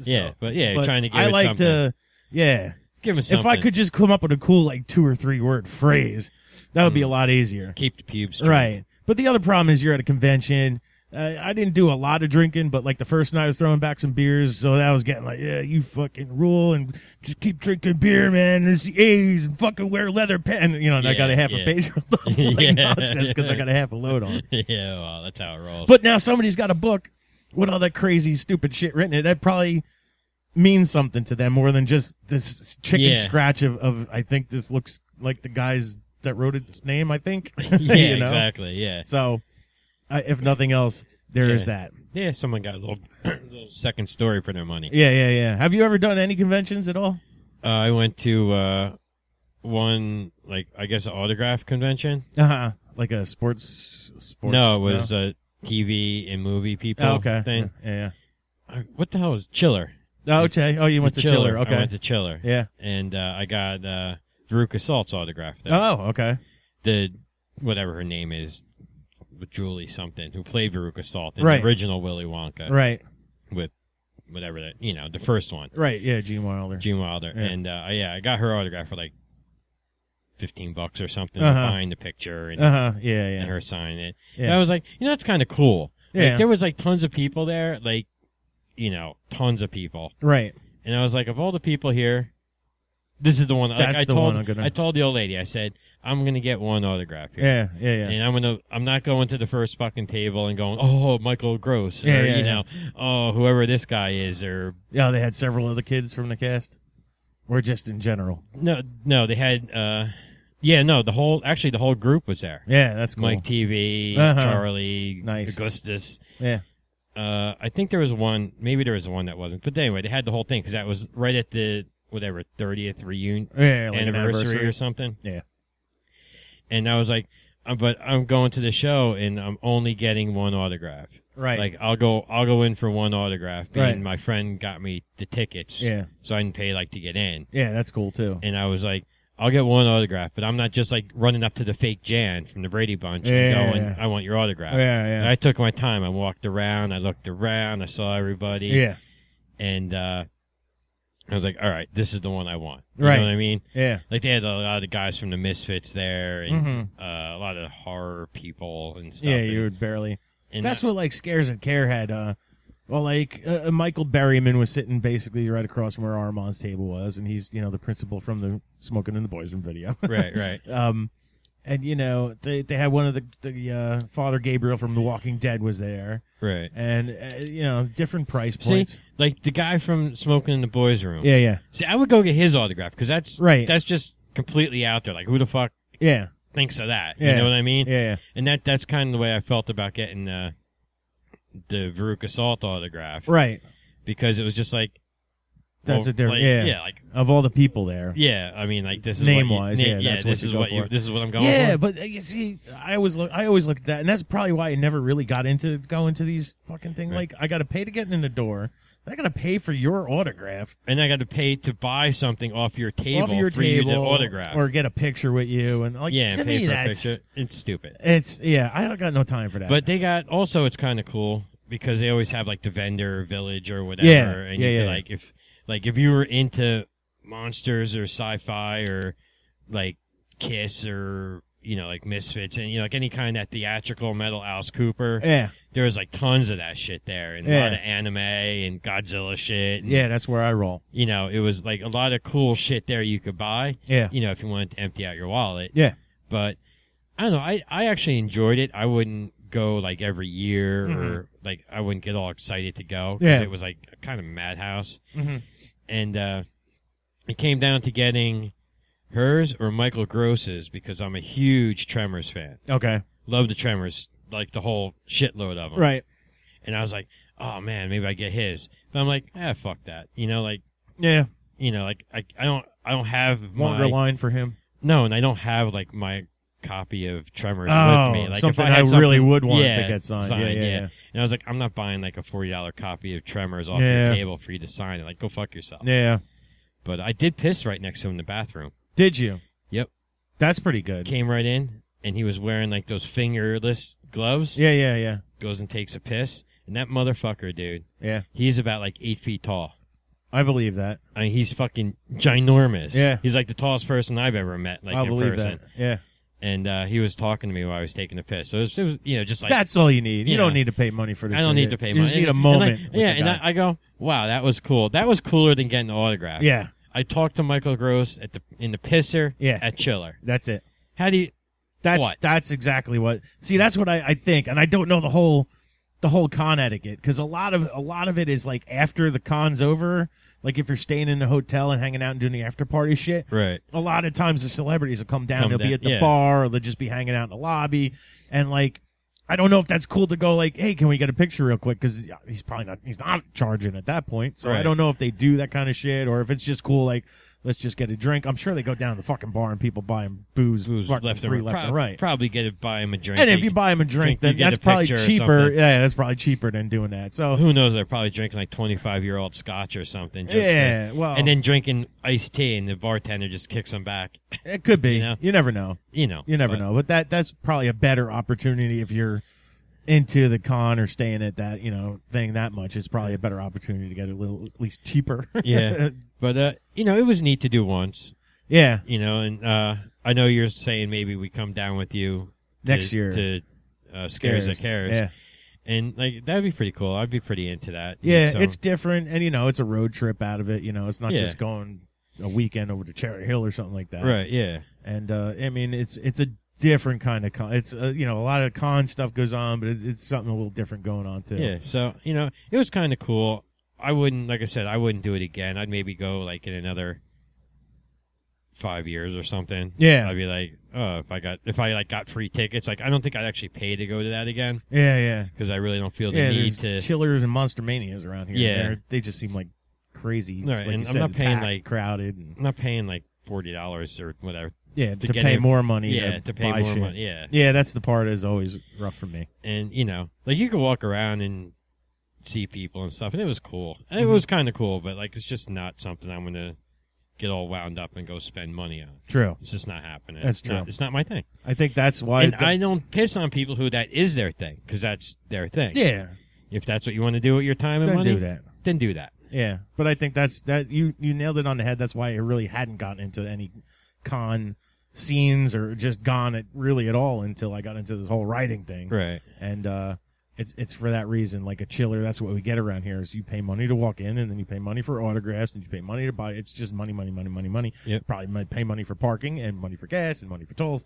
Speaker 2: So,
Speaker 3: but yeah,
Speaker 2: But
Speaker 3: trying to give
Speaker 2: I
Speaker 3: it
Speaker 2: like
Speaker 3: something.
Speaker 2: to, yeah.
Speaker 3: give him something.
Speaker 2: If I could just come up with a cool like two or three word phrase, that
Speaker 3: Mm.
Speaker 2: would be a lot easier,
Speaker 3: keep the pubes trimmed.
Speaker 2: right? But the other problem is you're at a convention. Uh, I didn't do a lot of drinking, but like the first night I was throwing back some beers, so that was getting like, yeah, you fucking rule and just keep drinking beer, man. It's the 80s and fucking wear leather pants. You know, and I
Speaker 3: Yeah,
Speaker 2: got a half
Speaker 3: yeah.
Speaker 2: a page of like
Speaker 3: Yeah.
Speaker 2: nonsense because I got a half a load on.
Speaker 3: yeah, well, that's how it rolls.
Speaker 2: But now somebody's got a book with all that crazy, stupid shit written in it. That probably means something to them more than just this chicken
Speaker 3: Yeah.
Speaker 2: scratch of, of, I think this looks like the guy's that wrote its name, I think.
Speaker 3: yeah,
Speaker 2: You know?
Speaker 3: exactly. Yeah,
Speaker 2: So, I if nothing else, there is
Speaker 3: Yeah.
Speaker 2: that.
Speaker 3: yeah. Someone got a little, little second story for their money.
Speaker 2: Yeah, yeah, yeah. Have you ever done any conventions at all?
Speaker 3: Uh, I went to uh, one, like I guess, an autograph convention.
Speaker 2: Uh huh. Like a sports, sports.
Speaker 3: no, it was uh TV and movie people
Speaker 2: Oh, okay.
Speaker 3: thing.
Speaker 2: Yeah.
Speaker 3: I- what the hell is Chiller?
Speaker 2: yeah. Oh, okay. Oh, you went to Chiller. Okay.
Speaker 3: I went to Chiller.
Speaker 2: yeah.
Speaker 3: And uh, I got uh, Veruca Salt's autograph there.
Speaker 2: Oh, okay.
Speaker 3: the whatever her name is, Julie something, who played Veruca Salt in
Speaker 2: Right.
Speaker 3: the original Willy Wonka
Speaker 2: Right.
Speaker 3: with whatever that you know the first one,
Speaker 2: Right. Yeah. Gene Wilder.
Speaker 3: Gene Wilder.
Speaker 2: Yeah.
Speaker 3: And uh, yeah, I got her autograph for like fifteen bucks or something.
Speaker 2: Uh-huh.
Speaker 3: Buying the picture and,
Speaker 2: Uh huh. Yeah. Yeah.
Speaker 3: and her signing it.
Speaker 2: Yeah.
Speaker 3: And I was like, you know, that's kind of cool. Like,
Speaker 2: Yeah.
Speaker 3: there was like tons of people there, like you know, tons of people.
Speaker 2: Right.
Speaker 3: And I was like, of all the people here, this is the one. Like,
Speaker 2: That's
Speaker 3: I
Speaker 2: the
Speaker 3: told,
Speaker 2: one I'm gonna-
Speaker 3: I told the old lady, I said, I'm gonna get one autograph here.
Speaker 2: Yeah. Yeah. Yeah.
Speaker 3: And I'm gonna, I'm not going to the first fucking table and going, oh, Michael Gross, or
Speaker 2: Yeah, yeah,
Speaker 3: you
Speaker 2: yeah.
Speaker 3: know, oh, whoever this guy is, or
Speaker 2: Yeah, they had several other kids from the cast, or just in general.
Speaker 3: no, no, they had, uh, yeah, no, the whole, actually, the whole group was there.
Speaker 2: Yeah, that's cool.
Speaker 3: Mike TV,
Speaker 2: Uh-huh.
Speaker 3: Charlie,
Speaker 2: Nice.
Speaker 3: Augustus.
Speaker 2: Yeah,
Speaker 3: Uh, I think there was one, maybe there was one that wasn't, but anyway, they had the whole thing because that was right at the whatever 30th reunion
Speaker 2: yeah, like an
Speaker 3: anniversary,
Speaker 2: anniversary.
Speaker 3: or something.
Speaker 2: Yeah.
Speaker 3: And I was like, uh, but I'm going to the show and I'm only getting one autograph.
Speaker 2: right?
Speaker 3: Like I'll go, I'll go in for one autograph. And
Speaker 2: Right.
Speaker 3: my friend got me the tickets,
Speaker 2: yeah,
Speaker 3: so I didn't pay like to get in.
Speaker 2: yeah, that's cool too.
Speaker 3: And I was like, I'll get one autograph, but I'm not just like running up to the fake Jan from the Brady Bunch
Speaker 2: Yeah,
Speaker 3: and
Speaker 2: yeah,
Speaker 3: going,
Speaker 2: yeah.
Speaker 3: I want your autograph.
Speaker 2: Yeah,
Speaker 3: And
Speaker 2: yeah,
Speaker 3: I took my time. I walked around. I looked around. I saw everybody.
Speaker 2: yeah,
Speaker 3: And uh, I was like, all right, this is the one I want. You
Speaker 2: Right.
Speaker 3: know what I mean?
Speaker 2: Yeah.
Speaker 3: Like they had a lot of guys from the Misfits there, and
Speaker 2: Mhm.
Speaker 3: uh, a lot of horror people and stuff.
Speaker 2: Yeah,
Speaker 3: and,
Speaker 2: you would barely.
Speaker 3: and uh,
Speaker 2: That's what like Scares and Care had. Uh, well, like uh, uh, Michael Berryman was sitting basically right across from where Armand's table was, and he's you know the principal from the Smoking in the Boys Room video.
Speaker 3: right, right.
Speaker 2: um, and you know they they had one of the the uh, Father Gabriel from The Walking Dead was there,
Speaker 3: Right.
Speaker 2: and uh, you know different price
Speaker 3: See,
Speaker 2: points.
Speaker 3: like the guy from Smoking in the Boys Room.
Speaker 2: Yeah, yeah,
Speaker 3: See, I would go get his autograph because that's
Speaker 2: Right.
Speaker 3: That's just completely out there. Like, who the fuck
Speaker 2: yeah,
Speaker 3: thinks of that?
Speaker 2: Yeah.
Speaker 3: You know what I mean?
Speaker 2: yeah, yeah.
Speaker 3: And that that's kind of the way I felt about getting uh, the Veruca Salt autograph
Speaker 2: Right.
Speaker 3: because it was just like
Speaker 2: That's
Speaker 3: oh,
Speaker 2: a different.
Speaker 3: like,
Speaker 2: yeah.
Speaker 3: yeah, like
Speaker 2: Of all the people there.
Speaker 3: yeah. I mean, like this is
Speaker 2: Name-wise,
Speaker 3: what you,
Speaker 2: yeah, that's what
Speaker 3: this
Speaker 2: you
Speaker 3: is
Speaker 2: go
Speaker 3: what you
Speaker 2: for.
Speaker 3: this is what I'm going
Speaker 2: yeah,
Speaker 3: for.
Speaker 2: but uh, you see, I always look. I always look at that, and that's probably why I never really got into going to these fucking things.
Speaker 3: Right.
Speaker 2: Like, I got to pay to get in the door. I got to pay for your autograph
Speaker 3: And I got to pay to buy something off your table
Speaker 2: off your
Speaker 3: for
Speaker 2: table,
Speaker 3: you to autograph.
Speaker 2: or get a picture with you, and like
Speaker 3: yeah,
Speaker 2: to
Speaker 3: and
Speaker 2: me,
Speaker 3: pay for a
Speaker 2: that's-
Speaker 3: picture. It's stupid.
Speaker 2: It's yeah, I don't got no time for that.
Speaker 3: But they got also it's kind of cool because they always have like the vendor village or whatever.
Speaker 2: Yeah,
Speaker 3: and
Speaker 2: yeah,
Speaker 3: you could,
Speaker 2: yeah.
Speaker 3: like if like if you were into monsters or sci-fi or like Kiss or you know like Misfits and you know like any kind of that theatrical metal Alice Cooper,
Speaker 2: yeah,
Speaker 3: there was like tons of that shit there and a lot
Speaker 2: Eh. Yeah.
Speaker 3: of anime and Godzilla shit. And,
Speaker 2: yeah, that's where I roll.
Speaker 3: you know it was like a lot of cool shit there you could buy.
Speaker 2: Yeah,
Speaker 3: You know if you wanted to empty out your wallet
Speaker 2: yeah,
Speaker 3: but I don't know. I, I actually enjoyed it. I wouldn't go like every year or like I wouldn't get all excited to go because
Speaker 2: Mm-hmm. Yeah.
Speaker 3: it was like a kind of madhouse.
Speaker 2: Mhm.
Speaker 3: And uh, it came down to getting hers or Michael Gross's because I'm a huge Tremors fan.
Speaker 2: okay,
Speaker 3: Love the Tremors, like the whole shitload of them.
Speaker 2: right,
Speaker 3: And I was like, oh man, maybe I get his. But I'm like, ah, fuck that. You know, like
Speaker 2: yeah,
Speaker 3: you know, like I, I don't I don't have
Speaker 2: longer
Speaker 3: my
Speaker 2: line for him.
Speaker 3: no, and I don't have like my copy of Tremors
Speaker 2: Oh,
Speaker 3: with me. Like
Speaker 2: something
Speaker 3: if I, had
Speaker 2: I really
Speaker 3: something-
Speaker 2: would want
Speaker 3: yeah,
Speaker 2: to get signed. Yeah, yeah, yeah.
Speaker 3: And I was like, I'm not buying like a forty dollar copy of Tremors off
Speaker 2: Yeah.
Speaker 3: your table for you to sign it. Like, go fuck yourself.
Speaker 2: Yeah,
Speaker 3: But I did piss right next to him in the bathroom.
Speaker 2: did you?
Speaker 3: Yep.
Speaker 2: That's pretty good.
Speaker 3: Came right in, and he was wearing like those fingerless gloves.
Speaker 2: Yeah, yeah, yeah,
Speaker 3: Goes and takes a piss, and that motherfucker, dude,
Speaker 2: yeah.
Speaker 3: he's about like eight feet tall.
Speaker 2: I believe that.
Speaker 3: I mean, he's fucking ginormous.
Speaker 2: Yeah.
Speaker 3: he's like the tallest person I've ever met. Like
Speaker 2: I
Speaker 3: in
Speaker 2: believe
Speaker 3: person.
Speaker 2: that. Yeah.
Speaker 3: And uh, he was talking to me while I was taking a piss. So it was, it was you know, just like
Speaker 2: That's all you need. You
Speaker 3: Yeah.
Speaker 2: don't need to pay money for this.
Speaker 3: I don't
Speaker 2: shit.
Speaker 3: need to pay
Speaker 2: you
Speaker 3: money.
Speaker 2: You just need a
Speaker 3: And I-
Speaker 2: moment. with
Speaker 3: yeah,
Speaker 2: the
Speaker 3: and
Speaker 2: guy.
Speaker 3: I, I go, wow, that was cool. That was cooler than getting an autograph.
Speaker 2: yeah,
Speaker 3: I talked to Michael Gross at the in the pisser
Speaker 2: Yeah.
Speaker 3: at Chiller.
Speaker 2: that's it.
Speaker 3: How do you?
Speaker 2: That's
Speaker 3: What?
Speaker 2: that's exactly what. See, that's what I, I think, and I don't know the whole the whole con etiquette because a lot of a lot of it is like after the con's over. Like if you're staying in a hotel and hanging out and doing the after party shit,
Speaker 3: Right.
Speaker 2: a lot of times the celebrities will come down.
Speaker 3: Come
Speaker 2: they'll be
Speaker 3: down,
Speaker 2: at the
Speaker 3: yeah.
Speaker 2: bar or they'll just be hanging out in the lobby. And like, I don't know if that's cool to go like, hey, can we get a picture real quick? Because he's probably not he's not charging at that point. So I
Speaker 3: Right.
Speaker 2: don't know if they do that kind of shit or if it's just cool like. Let's just get a drink. I'm sure they go down to the fucking bar and people buy him booze,
Speaker 3: Who's
Speaker 2: fucking
Speaker 3: left,
Speaker 2: free
Speaker 3: and
Speaker 2: left
Speaker 3: Pro-
Speaker 2: and right.
Speaker 3: Probably get to buy him a drink.
Speaker 2: And if
Speaker 3: They-
Speaker 2: you buy him a drink,
Speaker 3: drink, you
Speaker 2: then
Speaker 3: get
Speaker 2: that's
Speaker 3: a
Speaker 2: probably
Speaker 3: picture or
Speaker 2: cheaper.
Speaker 3: something.
Speaker 2: Yeah, that's probably cheaper than doing that. So
Speaker 3: who knows, they're probably drinking like twenty five year old scotch or something. Just to-
Speaker 2: yeah, Oh. well,
Speaker 3: and then drinking iced tea, and the bartender just kicks them back.
Speaker 2: it could be. You,
Speaker 3: you know?
Speaker 2: never know.
Speaker 3: You know.
Speaker 2: You never
Speaker 3: but-
Speaker 2: know. But that that's probably a better opportunity if you're into the con or staying at that you know thing that much. It's probably a better opportunity to get a little at least cheaper.
Speaker 3: Yeah. But uh, you know, it was neat to do once.
Speaker 2: yeah.
Speaker 3: You know, and uh, I know you're saying maybe we come down with you to-
Speaker 2: Next year.
Speaker 3: to uh, scares that cares.
Speaker 2: Yeah.
Speaker 3: and like that'd be pretty cool. I'd be pretty into that.
Speaker 2: Yeah.
Speaker 3: So-
Speaker 2: It's different, and you know, it's a road trip out of it. You know, it's not
Speaker 3: Yeah.
Speaker 2: just going a weekend over to Cherry Hill or something like that.
Speaker 3: right. Yeah,
Speaker 2: and uh, I mean it's it's a different kind of con. It's uh, you know a lot of con stuff goes on, but it, it's something a little different going on too.
Speaker 3: yeah. So you know, it was kind of cool. I wouldn't, like I said, I wouldn't do it again. I'd maybe go like in another five years or something.
Speaker 2: Yeah.
Speaker 3: I'd be like, oh, if I got if I like got free tickets, like I don't think I'd actually pay to go to that again
Speaker 2: yeah, yeah.
Speaker 3: because I really don't feel the
Speaker 2: yeah
Speaker 3: need
Speaker 2: there's
Speaker 3: to.
Speaker 2: chillers and monster manias around here.
Speaker 3: Yeah.
Speaker 2: They're- they just seem like crazy. Like
Speaker 3: Right,
Speaker 2: you
Speaker 3: and I'm
Speaker 2: said,
Speaker 3: not paying,
Speaker 2: packed,
Speaker 3: like-
Speaker 2: crowded. And,
Speaker 3: I'm not paying like forty dollars or whatever.
Speaker 2: yeah, to,
Speaker 3: to get
Speaker 2: pay
Speaker 3: it-
Speaker 2: more money.
Speaker 3: yeah, to pay
Speaker 2: buy
Speaker 3: more
Speaker 2: shit.
Speaker 3: money. Yeah,
Speaker 2: Yeah, that's the part is always rough for me.
Speaker 3: and you know, like you could walk around and see people and stuff, and it was cool. And It
Speaker 2: Mhm.
Speaker 3: was kind of cool, but like it's just not something I'm gonna get all wound up and go spend money on.
Speaker 2: True.
Speaker 3: It's just not happening.
Speaker 2: That's
Speaker 3: It's not-
Speaker 2: true.
Speaker 3: it's not my thing,
Speaker 2: I think that's why.
Speaker 3: and
Speaker 2: the-
Speaker 3: I don't piss on people who that is their thing because that's their thing.
Speaker 2: yeah,
Speaker 3: If that's what you want to do with your time and
Speaker 2: don't
Speaker 3: money,
Speaker 2: do that.
Speaker 3: then do that.
Speaker 2: Yeah, but I think that's that you you nailed it on the head. That's why I really hadn't gotten into any con scenes or just gone at really at all until I got into this whole writing thing.
Speaker 3: Right.
Speaker 2: And uh, it's it's for that reason. Like a chiller, that's what we get around here is you pay money to walk in, and then you pay money for autographs, and you pay money to buy. It's just money, money, money, money, money.
Speaker 3: Yep.
Speaker 2: Probably might pay money for parking and money for gas and money for tolls.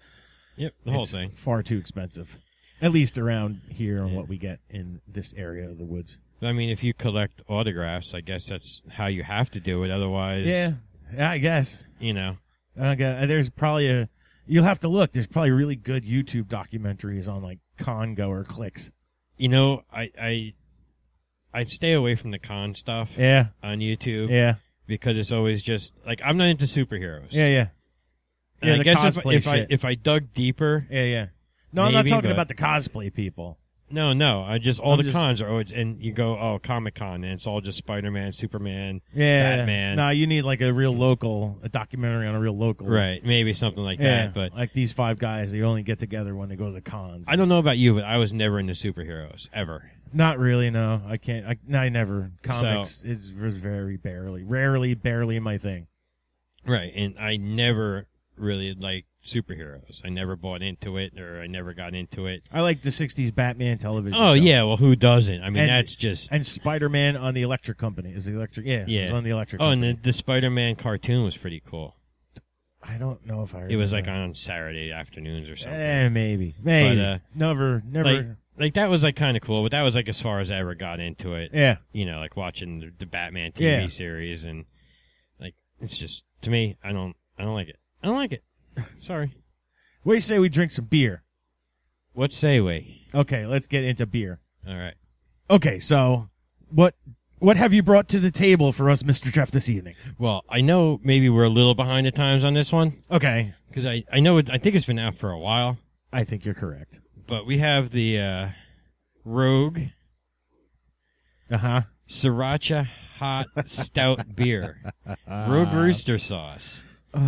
Speaker 3: Yep. The whole
Speaker 2: It's
Speaker 3: thing.
Speaker 2: far too expensive. At least around here on
Speaker 3: Yeah.
Speaker 2: what we get in this area of the woods.
Speaker 3: I mean, if you collect autographs, I guess that's how you have to do it. Otherwise,
Speaker 2: Yeah, I guess.
Speaker 3: you know,
Speaker 2: Okay, there's probably a. You'll have to look. There's probably really good YouTube documentaries on like Congo or clicks.
Speaker 3: you know, I, I, I'd stay away from the con stuff
Speaker 2: Yeah,
Speaker 3: on YouTube
Speaker 2: yeah,
Speaker 3: because it's always just like I'm not into superheroes.
Speaker 2: yeah, yeah,
Speaker 3: And
Speaker 2: yeah,
Speaker 3: I
Speaker 2: the
Speaker 3: guess if,
Speaker 2: cosplay
Speaker 3: if I
Speaker 2: shit.
Speaker 3: if I dug deeper,
Speaker 2: yeah, yeah. No, I'm
Speaker 3: Maybe,
Speaker 2: not talking
Speaker 3: but-
Speaker 2: about the cosplay people.
Speaker 3: no, no, I just all
Speaker 2: I'm
Speaker 3: the
Speaker 2: just-
Speaker 3: cons are always and you go oh Comic Con and it's all just Spider Man, Superman,
Speaker 2: Yeah,
Speaker 3: Batman.
Speaker 2: No, you need like a real local, a documentary on a real local.
Speaker 3: right? Maybe something like
Speaker 2: Yeah,
Speaker 3: that. But
Speaker 2: like these five guys, they only get together when they go to the cons.
Speaker 3: I don't know about you, but I was never into superheroes ever.
Speaker 2: Not really. No, I can't. I, no, I never.
Speaker 3: So-
Speaker 2: Comics is very barely, rarely, barely my thing.
Speaker 3: Right, and I never really liked superheroes. I never bought into it, or I never got into it.
Speaker 2: I like the '60s Batman television.
Speaker 3: Oh
Speaker 2: show.
Speaker 3: yeah, well, who doesn't? I mean,
Speaker 2: And-
Speaker 3: that's just.
Speaker 2: and Spider Man on the Electric Company is the Electric. Yeah,
Speaker 3: Yeah.
Speaker 2: it's on the Electric.
Speaker 3: Oh, and
Speaker 2: Company.
Speaker 3: the, the Spider-Man cartoon was pretty cool.
Speaker 2: I don't know if I. Remember.
Speaker 3: It was like on Saturday afternoons or something.
Speaker 2: Eh, maybe, maybe,
Speaker 3: But, uh,
Speaker 2: never, never.
Speaker 3: like, like that was like kind of cool, but that was like as far as I ever got into it.
Speaker 2: yeah,
Speaker 3: You know, like watching the, the Batman TV
Speaker 2: Yeah.
Speaker 3: series, and like it's just to me, I don't, I don't like it. I don't like it. Sorry.
Speaker 2: what do you say we drink some beer?
Speaker 3: What say we?
Speaker 2: Okay, let's get into beer.
Speaker 3: All right.
Speaker 2: Okay, so what what have you brought to the table for us, Mister Jeff, this evening?
Speaker 3: Well, I know maybe we're a little behind the times on this one.
Speaker 2: Okay,
Speaker 3: because I, I know it, I think it's been out for a while,
Speaker 2: I think you're correct.
Speaker 3: but we have the uh, Rogue
Speaker 2: Uh huh.
Speaker 3: Sriracha Hot Stout Beer,
Speaker 2: Uh,
Speaker 3: Rogue Rooster Sauce,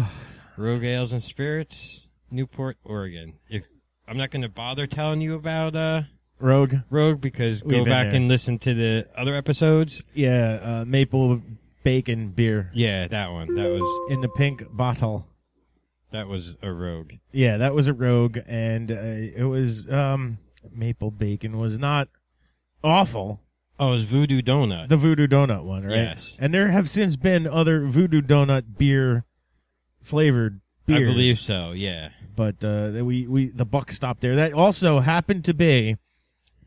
Speaker 3: Rogue Ales and Spirits, Newport, Oregon. If I'm not going to bother telling you about uh,
Speaker 2: Rogue.
Speaker 3: Rogue because
Speaker 2: We've
Speaker 3: go
Speaker 2: been
Speaker 3: back
Speaker 2: there.
Speaker 3: and listen to the other episodes.
Speaker 2: Yeah, uh, maple bacon beer
Speaker 3: Yeah, that one. That was
Speaker 2: in the pink bottle.
Speaker 3: that was a Rogue.
Speaker 2: Yeah, that was a rogue, and uh, it was um, maple bacon was not awful.
Speaker 3: Oh, it was Voodoo Donut.
Speaker 2: The Voodoo Donut one, right?
Speaker 3: Yes.
Speaker 2: And there have since been other Voodoo Donut beer flavored
Speaker 3: I
Speaker 2: beers,
Speaker 3: believe so. Yeah.
Speaker 2: But uh, that we we the buck stopped there. That also happened to be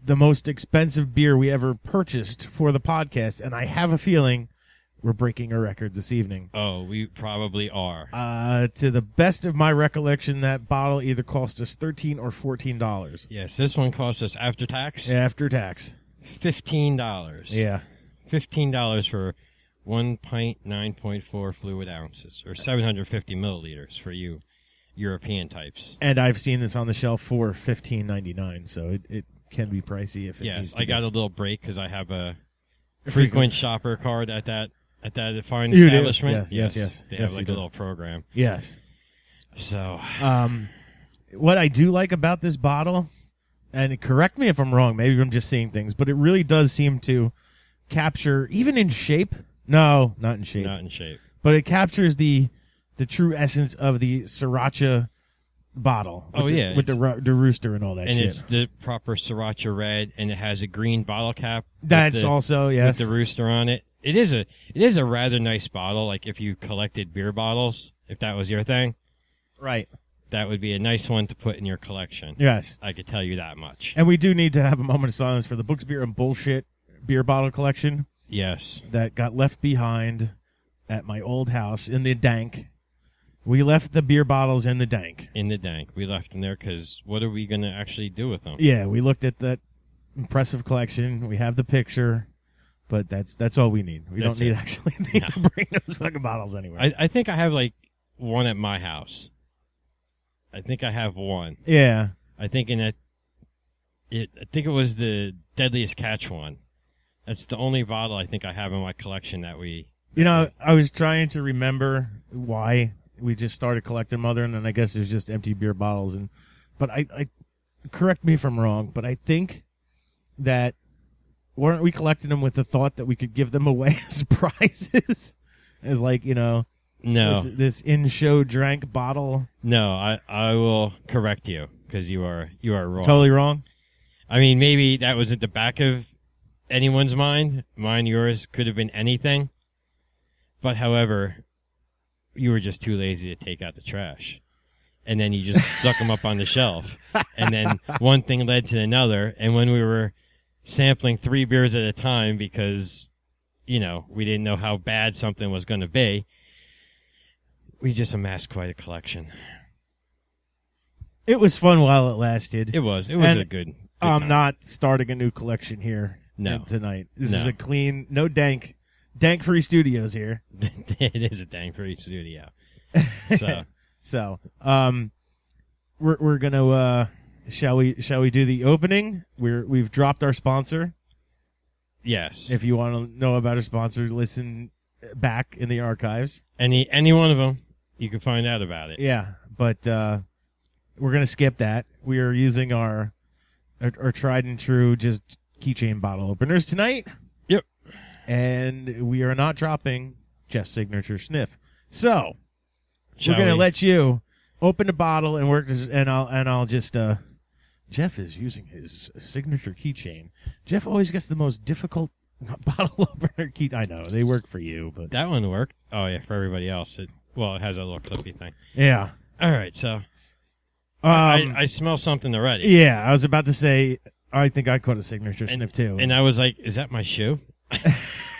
Speaker 2: the most expensive beer we ever purchased for the podcast, and I have a feeling we're breaking a record this evening.
Speaker 3: Oh, we probably are.
Speaker 2: Uh, to the best of my recollection, that bottle either cost us thirteen or fourteen dollars.
Speaker 3: Yes, this one cost us after tax.
Speaker 2: After tax.
Speaker 3: fifteen dollars.
Speaker 2: Yeah.
Speaker 3: fifteen dollars for one pint, nine point four fluid ounces, or seven hundred fifty milliliters for you European types.
Speaker 2: And I've seen this on the shelf for fifteen ninety nine, so it, it can be pricey if it needs
Speaker 3: Yes,
Speaker 2: to
Speaker 3: I
Speaker 2: be.
Speaker 3: got a little break because I have a
Speaker 2: Frequent-
Speaker 3: frequent shopper card at that at that fine
Speaker 2: You do?
Speaker 3: establishment.
Speaker 2: Yes, yes, yes.
Speaker 3: They
Speaker 2: Yes,
Speaker 3: have
Speaker 2: you
Speaker 3: like a
Speaker 2: do.
Speaker 3: little program.
Speaker 2: Yes.
Speaker 3: So
Speaker 2: Um what I do like about this bottle, and correct me if I'm wrong, maybe I'm just seeing things, but it really does seem to capture even in shape. No, not in shape.
Speaker 3: not in shape.
Speaker 2: But it captures the the true essence of the sriracha bottle. with
Speaker 3: Oh,
Speaker 2: the-
Speaker 3: yeah,
Speaker 2: with the, ro- the rooster and all that
Speaker 3: And
Speaker 2: shit.
Speaker 3: it's the proper sriracha red, and it has a green bottle cap. with
Speaker 2: That's
Speaker 3: the-
Speaker 2: also yes.
Speaker 3: with the rooster on it. It is a it is a rather nice bottle. Like if you collected beer bottles, if that was your thing,
Speaker 2: right.
Speaker 3: that would be a nice one to put in your collection.
Speaker 2: Yes.
Speaker 3: I could tell you that much.
Speaker 2: And we do need to have a moment of silence for the books, beer, and bullshit beer bottle collection
Speaker 3: Yes.
Speaker 2: that got left behind at my old house in the dank. We left the beer bottles in the dank.
Speaker 3: In the dank. We left them there because what are we going to actually do with them?
Speaker 2: Yeah, we looked at that impressive collection. We have the picture, but that's that's all we need. We
Speaker 3: That's
Speaker 2: don't need
Speaker 3: it.
Speaker 2: actually need to bring those fucking bottles anywhere.
Speaker 3: I, I think I have like one at my house. I think I have one.
Speaker 2: yeah,
Speaker 3: I think in a, it, I think it was the deadliest catch one. That's the only bottle I think I have in my collection that we.
Speaker 2: you know, I was trying to remember why we just started collecting mother, and then I guess it was just empty beer bottles. And but I, I correct me if I'm wrong, but I think that weren't we collecting them with the thought that we could give them away as prizes? as like you know
Speaker 3: No,
Speaker 2: this, this in-show drank bottle.
Speaker 3: no, I, I will correct you because you are you are wrong.
Speaker 2: Totally wrong.
Speaker 3: I mean, maybe that was at the back of anyone's mind. Mine, yours could have been anything. But however, you were just too lazy to take out the trash. And then you just stuck them up on the shelf. And then one thing led to another. And when we were sampling three beers at a time because, you know, we didn't know how bad something was going to be, we just amassed quite a collection.
Speaker 2: It was fun while it lasted.
Speaker 3: It was. It was
Speaker 2: And um,
Speaker 3: a good. good
Speaker 2: I'm
Speaker 3: time.
Speaker 2: not starting a new collection here
Speaker 3: No.
Speaker 2: in- tonight. This
Speaker 3: No.
Speaker 2: is a clean, no dank, dank free studios here.
Speaker 3: it is a dang free studio. So
Speaker 2: So, um, we're we're gonna uh, shall we shall we do the opening? We're we've dropped our sponsor.
Speaker 3: yes,
Speaker 2: If you want to know about our sponsor, listen back in the archives.
Speaker 3: any any one of them, you can find out about it.
Speaker 2: Yeah, but uh, we're gonna skip that. We are using our our, our tried and true just keychain bottle openers tonight.
Speaker 3: Yep.
Speaker 2: and we are not dropping Jeff's signature sniff. So
Speaker 3: Shall
Speaker 2: we're gonna
Speaker 3: we?
Speaker 2: let you open the bottle and work, this- and I'll and I'll just. uh Jeff is using his signature keychain. Jeff always gets the most difficult bottle opener key. I know they work for you, but
Speaker 3: that one work. Oh yeah, for everybody else, it well, it has a little clippy thing.
Speaker 2: yeah.
Speaker 3: All right, so
Speaker 2: Um,
Speaker 3: I, I smell something already.
Speaker 2: Yeah, I was about to say. I think I caught a signature
Speaker 3: And-
Speaker 2: sniff too.
Speaker 3: And I was like, "Is that my shoe?"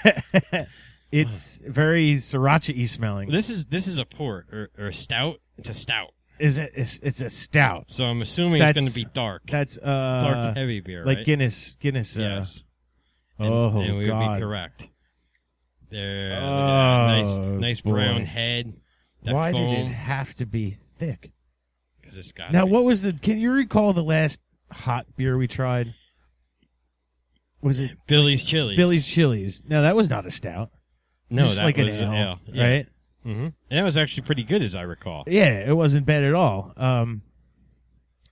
Speaker 2: it's very sriracha-y smelling.
Speaker 3: This is this is a port or, or a stout. It's a stout,
Speaker 2: Is it? It's, it's a stout.
Speaker 3: so I'm assuming
Speaker 2: That's-
Speaker 3: it's going to be dark,
Speaker 2: That's
Speaker 3: dark
Speaker 2: uh,
Speaker 3: heavy beer,
Speaker 2: like
Speaker 3: right?
Speaker 2: Guinness. Guinness. Uh,
Speaker 3: yes. And,
Speaker 2: Oh
Speaker 3: and we would
Speaker 2: God!
Speaker 3: be correct. There, look at
Speaker 2: Oh,
Speaker 3: that. nice, nice brown
Speaker 2: boy.
Speaker 3: head. That
Speaker 2: Why did it
Speaker 3: foam,
Speaker 2: have to be thick?
Speaker 3: 'cause it's got
Speaker 2: Now,
Speaker 3: it.
Speaker 2: what was the? Can you recall the last hot beer we tried? Was it
Speaker 3: Billy's Chili's.
Speaker 2: Billy's Chili's? No, that was not a stout.
Speaker 3: No,
Speaker 2: Just
Speaker 3: that
Speaker 2: like
Speaker 3: was
Speaker 2: an ale,
Speaker 3: yeah.
Speaker 2: right?
Speaker 3: hmm And that was actually pretty good, as I recall.
Speaker 2: Yeah, it wasn't bad at all. Um,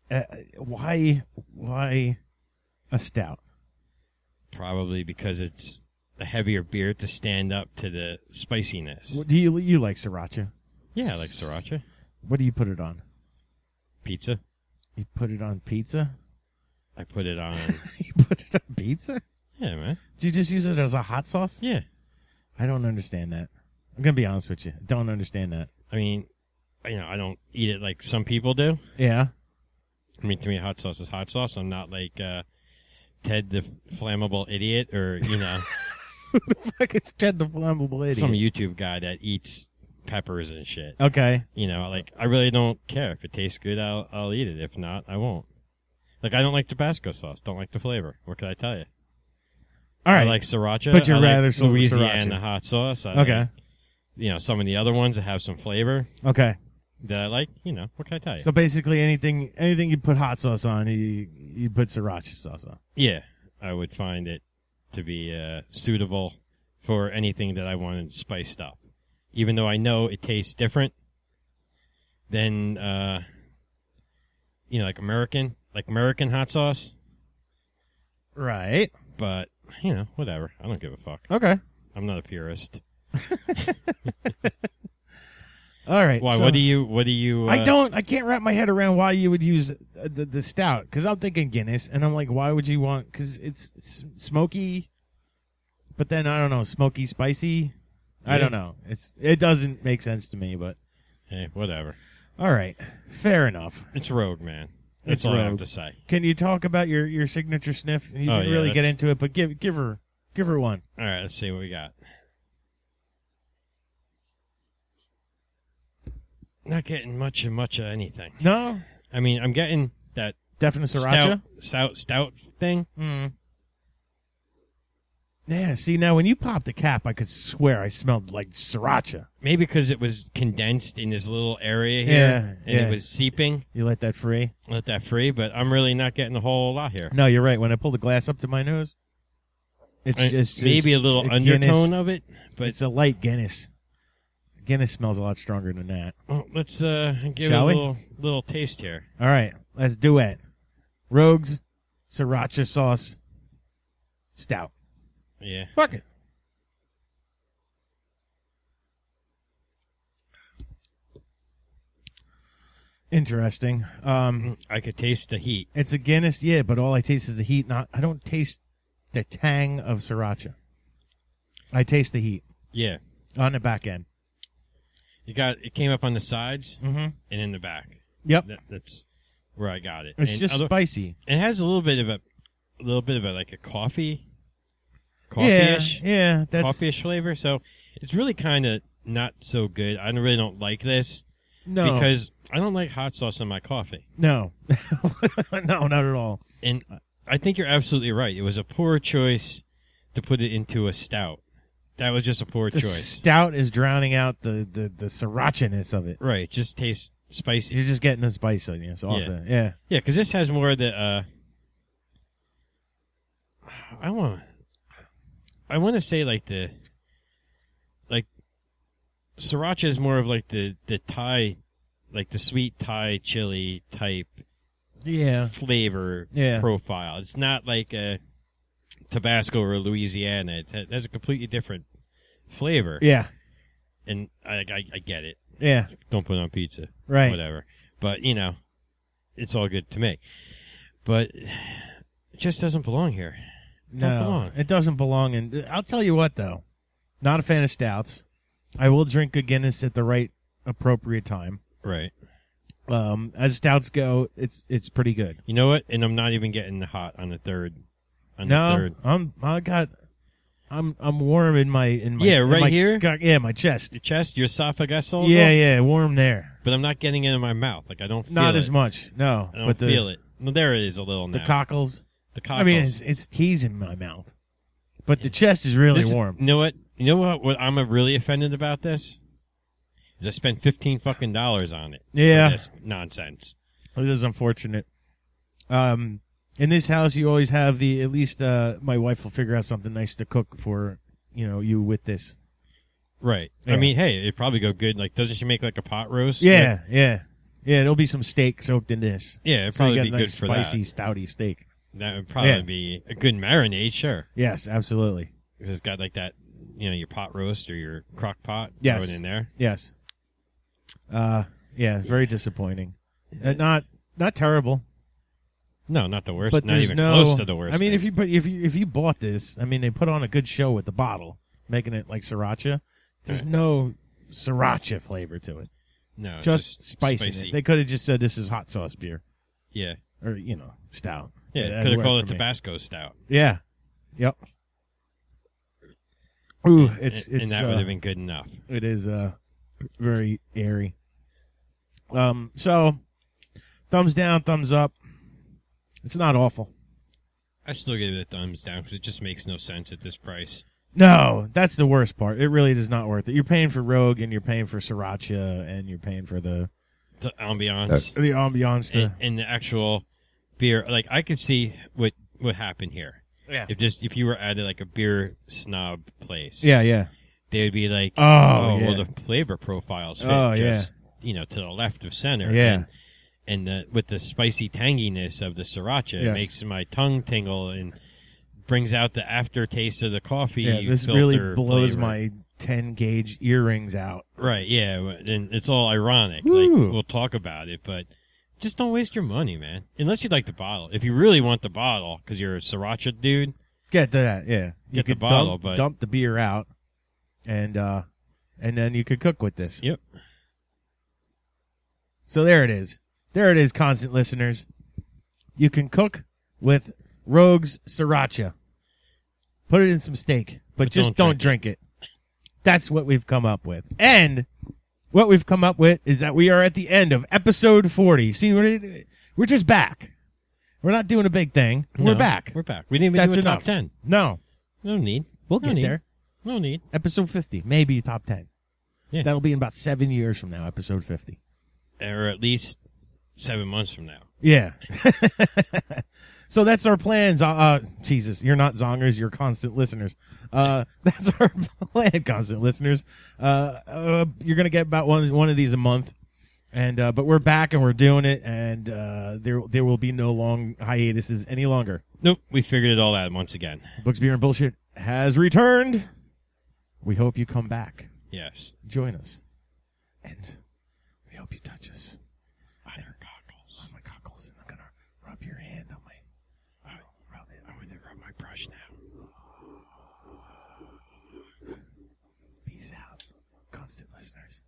Speaker 2: uh, why, why a stout?
Speaker 3: Probably because it's a heavier beer to stand up to the spiciness.
Speaker 2: What do you you like sriracha?
Speaker 3: Yeah, I like sriracha,
Speaker 2: What do you put it on?
Speaker 3: pizza.
Speaker 2: You put it on pizza?
Speaker 3: I put it on.
Speaker 2: you put it on pizza?
Speaker 3: yeah, man.
Speaker 2: Do you just use it as a hot sauce?
Speaker 3: Yeah,
Speaker 2: I don't understand that. I'm gonna be honest with you. I Don't understand that.
Speaker 3: I mean, you know, I don't eat it like some people do.
Speaker 2: Yeah.
Speaker 3: I mean, to me, hot sauce is hot sauce. I'm not like uh, Ted the flammable idiot, or you know,
Speaker 2: Fuck, it's Ted the Flammable Idiot.
Speaker 3: some YouTube guy that eats peppers and shit.
Speaker 2: okay.
Speaker 3: you know, like I really don't care if it tastes good. I'll I'll eat it. If not, I won't. Like I don't like Tabasco sauce. Don't like the flavor. What could I tell you?
Speaker 2: All right.
Speaker 3: I like sriracha.
Speaker 2: But you're
Speaker 3: I like
Speaker 2: rather so-
Speaker 3: Louisiana
Speaker 2: sriracha.
Speaker 3: hot sauce. I
Speaker 2: okay.
Speaker 3: like, you know some of the other ones that have some flavor
Speaker 2: Okay.
Speaker 3: that I like. You know what can I tell you?
Speaker 2: So basically, anything anything you put hot sauce on, you you put sriracha sauce on.
Speaker 3: yeah, I would find it to be uh, suitable for anything that I wanted spiced up, even though I know it tastes different than uh, you know like American like American hot sauce.
Speaker 2: Right.
Speaker 3: but you know, whatever. I don't give a fuck.
Speaker 2: Okay.
Speaker 3: I'm not a purist.
Speaker 2: All right.
Speaker 3: Why?
Speaker 2: so-
Speaker 3: what do you? What do you? Uh,
Speaker 2: I don't. I can't wrap my head around why you would use uh, the, the stout because I'm thinking Guinness, and I'm like, why would you want? Because it's, it's smoky, but then I don't know, smoky, spicy. I
Speaker 3: Yeah.
Speaker 2: don't know. It's it doesn't make sense to me, but
Speaker 3: Hey, whatever.
Speaker 2: all right, fair enough.
Speaker 3: It's rogue, man. That's
Speaker 2: It's
Speaker 3: all I have
Speaker 2: rogue.
Speaker 3: to say.
Speaker 2: Can you talk about your your signature sniff? You
Speaker 3: Oh,
Speaker 2: didn't
Speaker 3: yeah,
Speaker 2: really get
Speaker 3: that's-
Speaker 2: into it, but give give her give her one.
Speaker 3: All right, let's see what we got. Not getting much of much of anything.
Speaker 2: No,
Speaker 3: I mean, I'm getting that
Speaker 2: definite sriracha.
Speaker 3: stout, stout, stout thing.
Speaker 2: Mm. Yeah. See, now when you popped the cap, I could swear I smelled like sriracha.
Speaker 3: Maybe because it was condensed in this little area here,
Speaker 2: Yeah,
Speaker 3: and
Speaker 2: yeah.
Speaker 3: it was seeping.
Speaker 2: You let that free.
Speaker 3: Let that free, but I'm really not getting a whole lot here.
Speaker 2: No, you're right. When I pull the glass up to my nose, it's
Speaker 3: I-
Speaker 2: just
Speaker 3: maybe
Speaker 2: just
Speaker 3: a little
Speaker 2: Guinness.
Speaker 3: undertone of it, but
Speaker 2: It's a light Guinness. Guinness smells a lot stronger than that.
Speaker 3: Well, let's uh, give
Speaker 2: Shall we?
Speaker 3: it a little little taste here.
Speaker 2: All right, let's do it. Rogues, sriracha sauce, stout.
Speaker 3: Yeah.
Speaker 2: Fuck it. Interesting. Um,
Speaker 3: I could taste the heat.
Speaker 2: it's a Guinness, yeah, but all I taste is the heat. Not, I don't taste the tang of sriracha. I taste the heat
Speaker 3: Yeah.
Speaker 2: on the back end.
Speaker 3: You got it came up on the sides
Speaker 2: Mm-hmm.
Speaker 3: and in the back.
Speaker 2: Yep,
Speaker 3: That, that's where I got it.
Speaker 2: it's
Speaker 3: And
Speaker 2: just
Speaker 3: other-
Speaker 2: spicy.
Speaker 3: it has a little bit of a, a little bit of a like a coffee,
Speaker 2: Yeah,
Speaker 3: coffee-ish,
Speaker 2: yeah, that's
Speaker 3: coffee-ish flavor. So it's really kind of not so good. I don't- really don't like this
Speaker 2: no,
Speaker 3: because I don't like hot sauce on my coffee.
Speaker 2: no, no, not at all.
Speaker 3: And I think you're absolutely right. It was a poor choice to put it into a stout. That was just a poor
Speaker 2: The
Speaker 3: choice.
Speaker 2: stout is drowning out the the the sriracha-ness of it.
Speaker 3: right. Just tastes spicy.
Speaker 2: You're just getting the spice on you. So
Speaker 3: Yeah.
Speaker 2: yeah. yeah,
Speaker 3: Yeah, because this has more of the. Uh, I want. I want to say like the. Like, sriracha is more of like the the Thai, like the sweet Thai chili type
Speaker 2: yeah.
Speaker 3: flavor
Speaker 2: Yeah.
Speaker 3: profile. It's not like a Tabasco or Louisiana. It ha- has a completely different flavor.
Speaker 2: Yeah.
Speaker 3: And I, I I get it.
Speaker 2: Yeah.
Speaker 3: Don't put it on pizza
Speaker 2: Right.
Speaker 3: whatever. But you know, it's all good to me. But it just doesn't belong here. Don't
Speaker 2: no,
Speaker 3: belong.
Speaker 2: it doesn't belong. And I'll tell you what, though, not a fan of stouts. I will drink a Guinness at the right appropriate time.
Speaker 3: Right.
Speaker 2: Um, as stouts go, it's it's pretty good.
Speaker 3: You know what? And I'm not even getting hot on the third. On the
Speaker 2: No,
Speaker 3: third.
Speaker 2: I'm I got, I'm I'm warm in my in my
Speaker 3: Yeah,
Speaker 2: in
Speaker 3: right
Speaker 2: my
Speaker 3: here? Oh,
Speaker 2: gut- yeah, my chest.
Speaker 3: The chest, your esophagus, all
Speaker 2: Yeah, yeah, warm there.
Speaker 3: But I'm not getting it in my mouth. Like I don't feel
Speaker 2: Not
Speaker 3: it.
Speaker 2: as much, no.
Speaker 3: I don't
Speaker 2: but the
Speaker 3: feel it. Well, there it is a little
Speaker 2: the
Speaker 3: now.
Speaker 2: cockles.
Speaker 3: the
Speaker 2: I mean, it's,
Speaker 3: cockles.
Speaker 2: it's teasing my mouth, but the chest is really
Speaker 3: This-
Speaker 2: warm.
Speaker 3: You know what? You know what? What I'm really offended about this is I spent fifteen fucking dollars on it. for
Speaker 2: Yeah.
Speaker 3: this nonsense.
Speaker 2: It is unfortunate. Um, in this house, you always have the at least. Uh, my wife will figure out something nice to cook for you know you with this.
Speaker 3: Right.
Speaker 2: Yeah.
Speaker 3: I mean, hey, it'd probably go good. Like, doesn't she make like a pot roast? Like,
Speaker 2: Yeah, yeah, yeah. It'll be some steak soaked in this.
Speaker 3: Yeah, it'd
Speaker 2: So you
Speaker 3: probably
Speaker 2: got
Speaker 3: be
Speaker 2: a nice
Speaker 3: good for
Speaker 2: spicy,
Speaker 3: that.
Speaker 2: stouty steak.
Speaker 3: That would probably
Speaker 2: Yeah.
Speaker 3: be a good marinade, sure.
Speaker 2: Yes, absolutely.
Speaker 3: 'Cause it's got like that, you know, your pot roast or your crock pot.
Speaker 2: Yes.
Speaker 3: Throw it in there.
Speaker 2: Yes. Uh, yeah. Very disappointing. Uh, not not terrible,
Speaker 3: No, not the worst.
Speaker 2: but
Speaker 3: not
Speaker 2: there's
Speaker 3: even
Speaker 2: no.
Speaker 3: close to the worst.
Speaker 2: I mean,
Speaker 3: thing.
Speaker 2: if you put if you if you bought this, I mean, they put on a good show with the bottle, making it like sriracha. There's no sriracha flavor to it.
Speaker 3: no, it's
Speaker 2: just spicing
Speaker 3: spicy.
Speaker 2: it. They could have just said this is hot sauce beer
Speaker 3: yeah,
Speaker 2: or you know stout.
Speaker 3: yeah.
Speaker 2: That'd
Speaker 3: Could have
Speaker 2: work
Speaker 3: called it
Speaker 2: for me.
Speaker 3: Tabasco stout,
Speaker 2: Yeah. Yep. Ooh, it's
Speaker 3: and, and
Speaker 2: it's
Speaker 3: that
Speaker 2: uh,
Speaker 3: would have been good enough.
Speaker 2: it is uh very airy. Um, so thumbs down, thumbs up. It's not awful.
Speaker 3: I still give it a thumbs down because it just makes no sense at this price.
Speaker 2: No, that's the worst part. It really is not worth it. You're paying for Rogue and you're paying for Sriracha and you're paying for the
Speaker 3: The ambiance
Speaker 2: the ambiance. To,
Speaker 3: and, and the actual beer, like I could see what what happened here.
Speaker 2: yeah.
Speaker 3: If this, if you were at like a beer snob place,
Speaker 2: Yeah, yeah.
Speaker 3: they would be like,
Speaker 2: Oh, yeah.
Speaker 3: well, the flavor profiles fit
Speaker 2: Oh,
Speaker 3: just, you know, to the left of center.
Speaker 2: Yeah.
Speaker 3: And, and the, with the spicy tanginess of the sriracha, it
Speaker 2: Yes.
Speaker 3: makes my tongue tingle and brings out the aftertaste of the coffee.
Speaker 2: Yeah, this
Speaker 3: filter
Speaker 2: really blows
Speaker 3: flavor.
Speaker 2: my 10 gauge earrings out.
Speaker 3: Right, yeah. And it's all ironic.
Speaker 2: Woo.
Speaker 3: Like, we'll talk about it, but just don't waste your money, man. Unless you'd like the bottle. If you really want the bottle, because you're a sriracha dude,
Speaker 2: Get that, yeah. you
Speaker 3: Get the
Speaker 2: could
Speaker 3: bottle,
Speaker 2: dump,
Speaker 3: but-
Speaker 2: dump the beer out, and uh, and then you could cook with this.
Speaker 3: Yep.
Speaker 2: So there it is. There it is, constant listeners. You can cook with Rogue's Sriracha. Put it in some steak, but,
Speaker 3: But
Speaker 2: just
Speaker 3: don't
Speaker 2: don't drink, it. That's what we've come up with. And what we've come up with is that we are at the end of episode 40. See, we're, we're just back. We're not doing a big thing. We're
Speaker 3: no,
Speaker 2: back.
Speaker 3: We're back. We didn't even
Speaker 2: That's
Speaker 3: do a
Speaker 2: enough.
Speaker 3: top 10.
Speaker 2: No,
Speaker 3: No need.
Speaker 2: we'll
Speaker 3: no
Speaker 2: get
Speaker 3: need.
Speaker 2: there.
Speaker 3: No need.
Speaker 2: Episode 50, maybe top 10.
Speaker 3: Yeah.
Speaker 2: That'll be in about seven years from now, episode 50.
Speaker 3: Or at least seven months from now.
Speaker 2: Yeah. so that's our plans. Uh, uh, Jesus, you're not zongers, you're constant listeners. Uh, that's our plan, constant listeners. Uh, uh, you're gonna get about one one of these a month, and uh, but we're back and we're doing it, and uh, there there will be no long hiatuses any longer.
Speaker 3: Nope, we figured it all out once again.
Speaker 2: Books, beer, and bullshit has returned. We hope you come back.
Speaker 3: Yes.
Speaker 2: Join us. And we hope you touch us.
Speaker 3: On our cockles.
Speaker 2: on my cockles and I'm gonna rub your hand on my rub it.
Speaker 3: I'm going to rub my brush now.
Speaker 2: Peace out, constant listeners.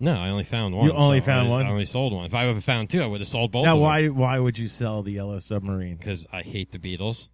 Speaker 3: No, I only found one.
Speaker 2: You only
Speaker 3: so
Speaker 2: found
Speaker 3: I-
Speaker 2: one?
Speaker 3: I only sold one. If I would have found two, I would have sold both.
Speaker 2: Now
Speaker 3: of
Speaker 2: why why would you sell the yellow submarine?
Speaker 3: Because I hate the Beatles.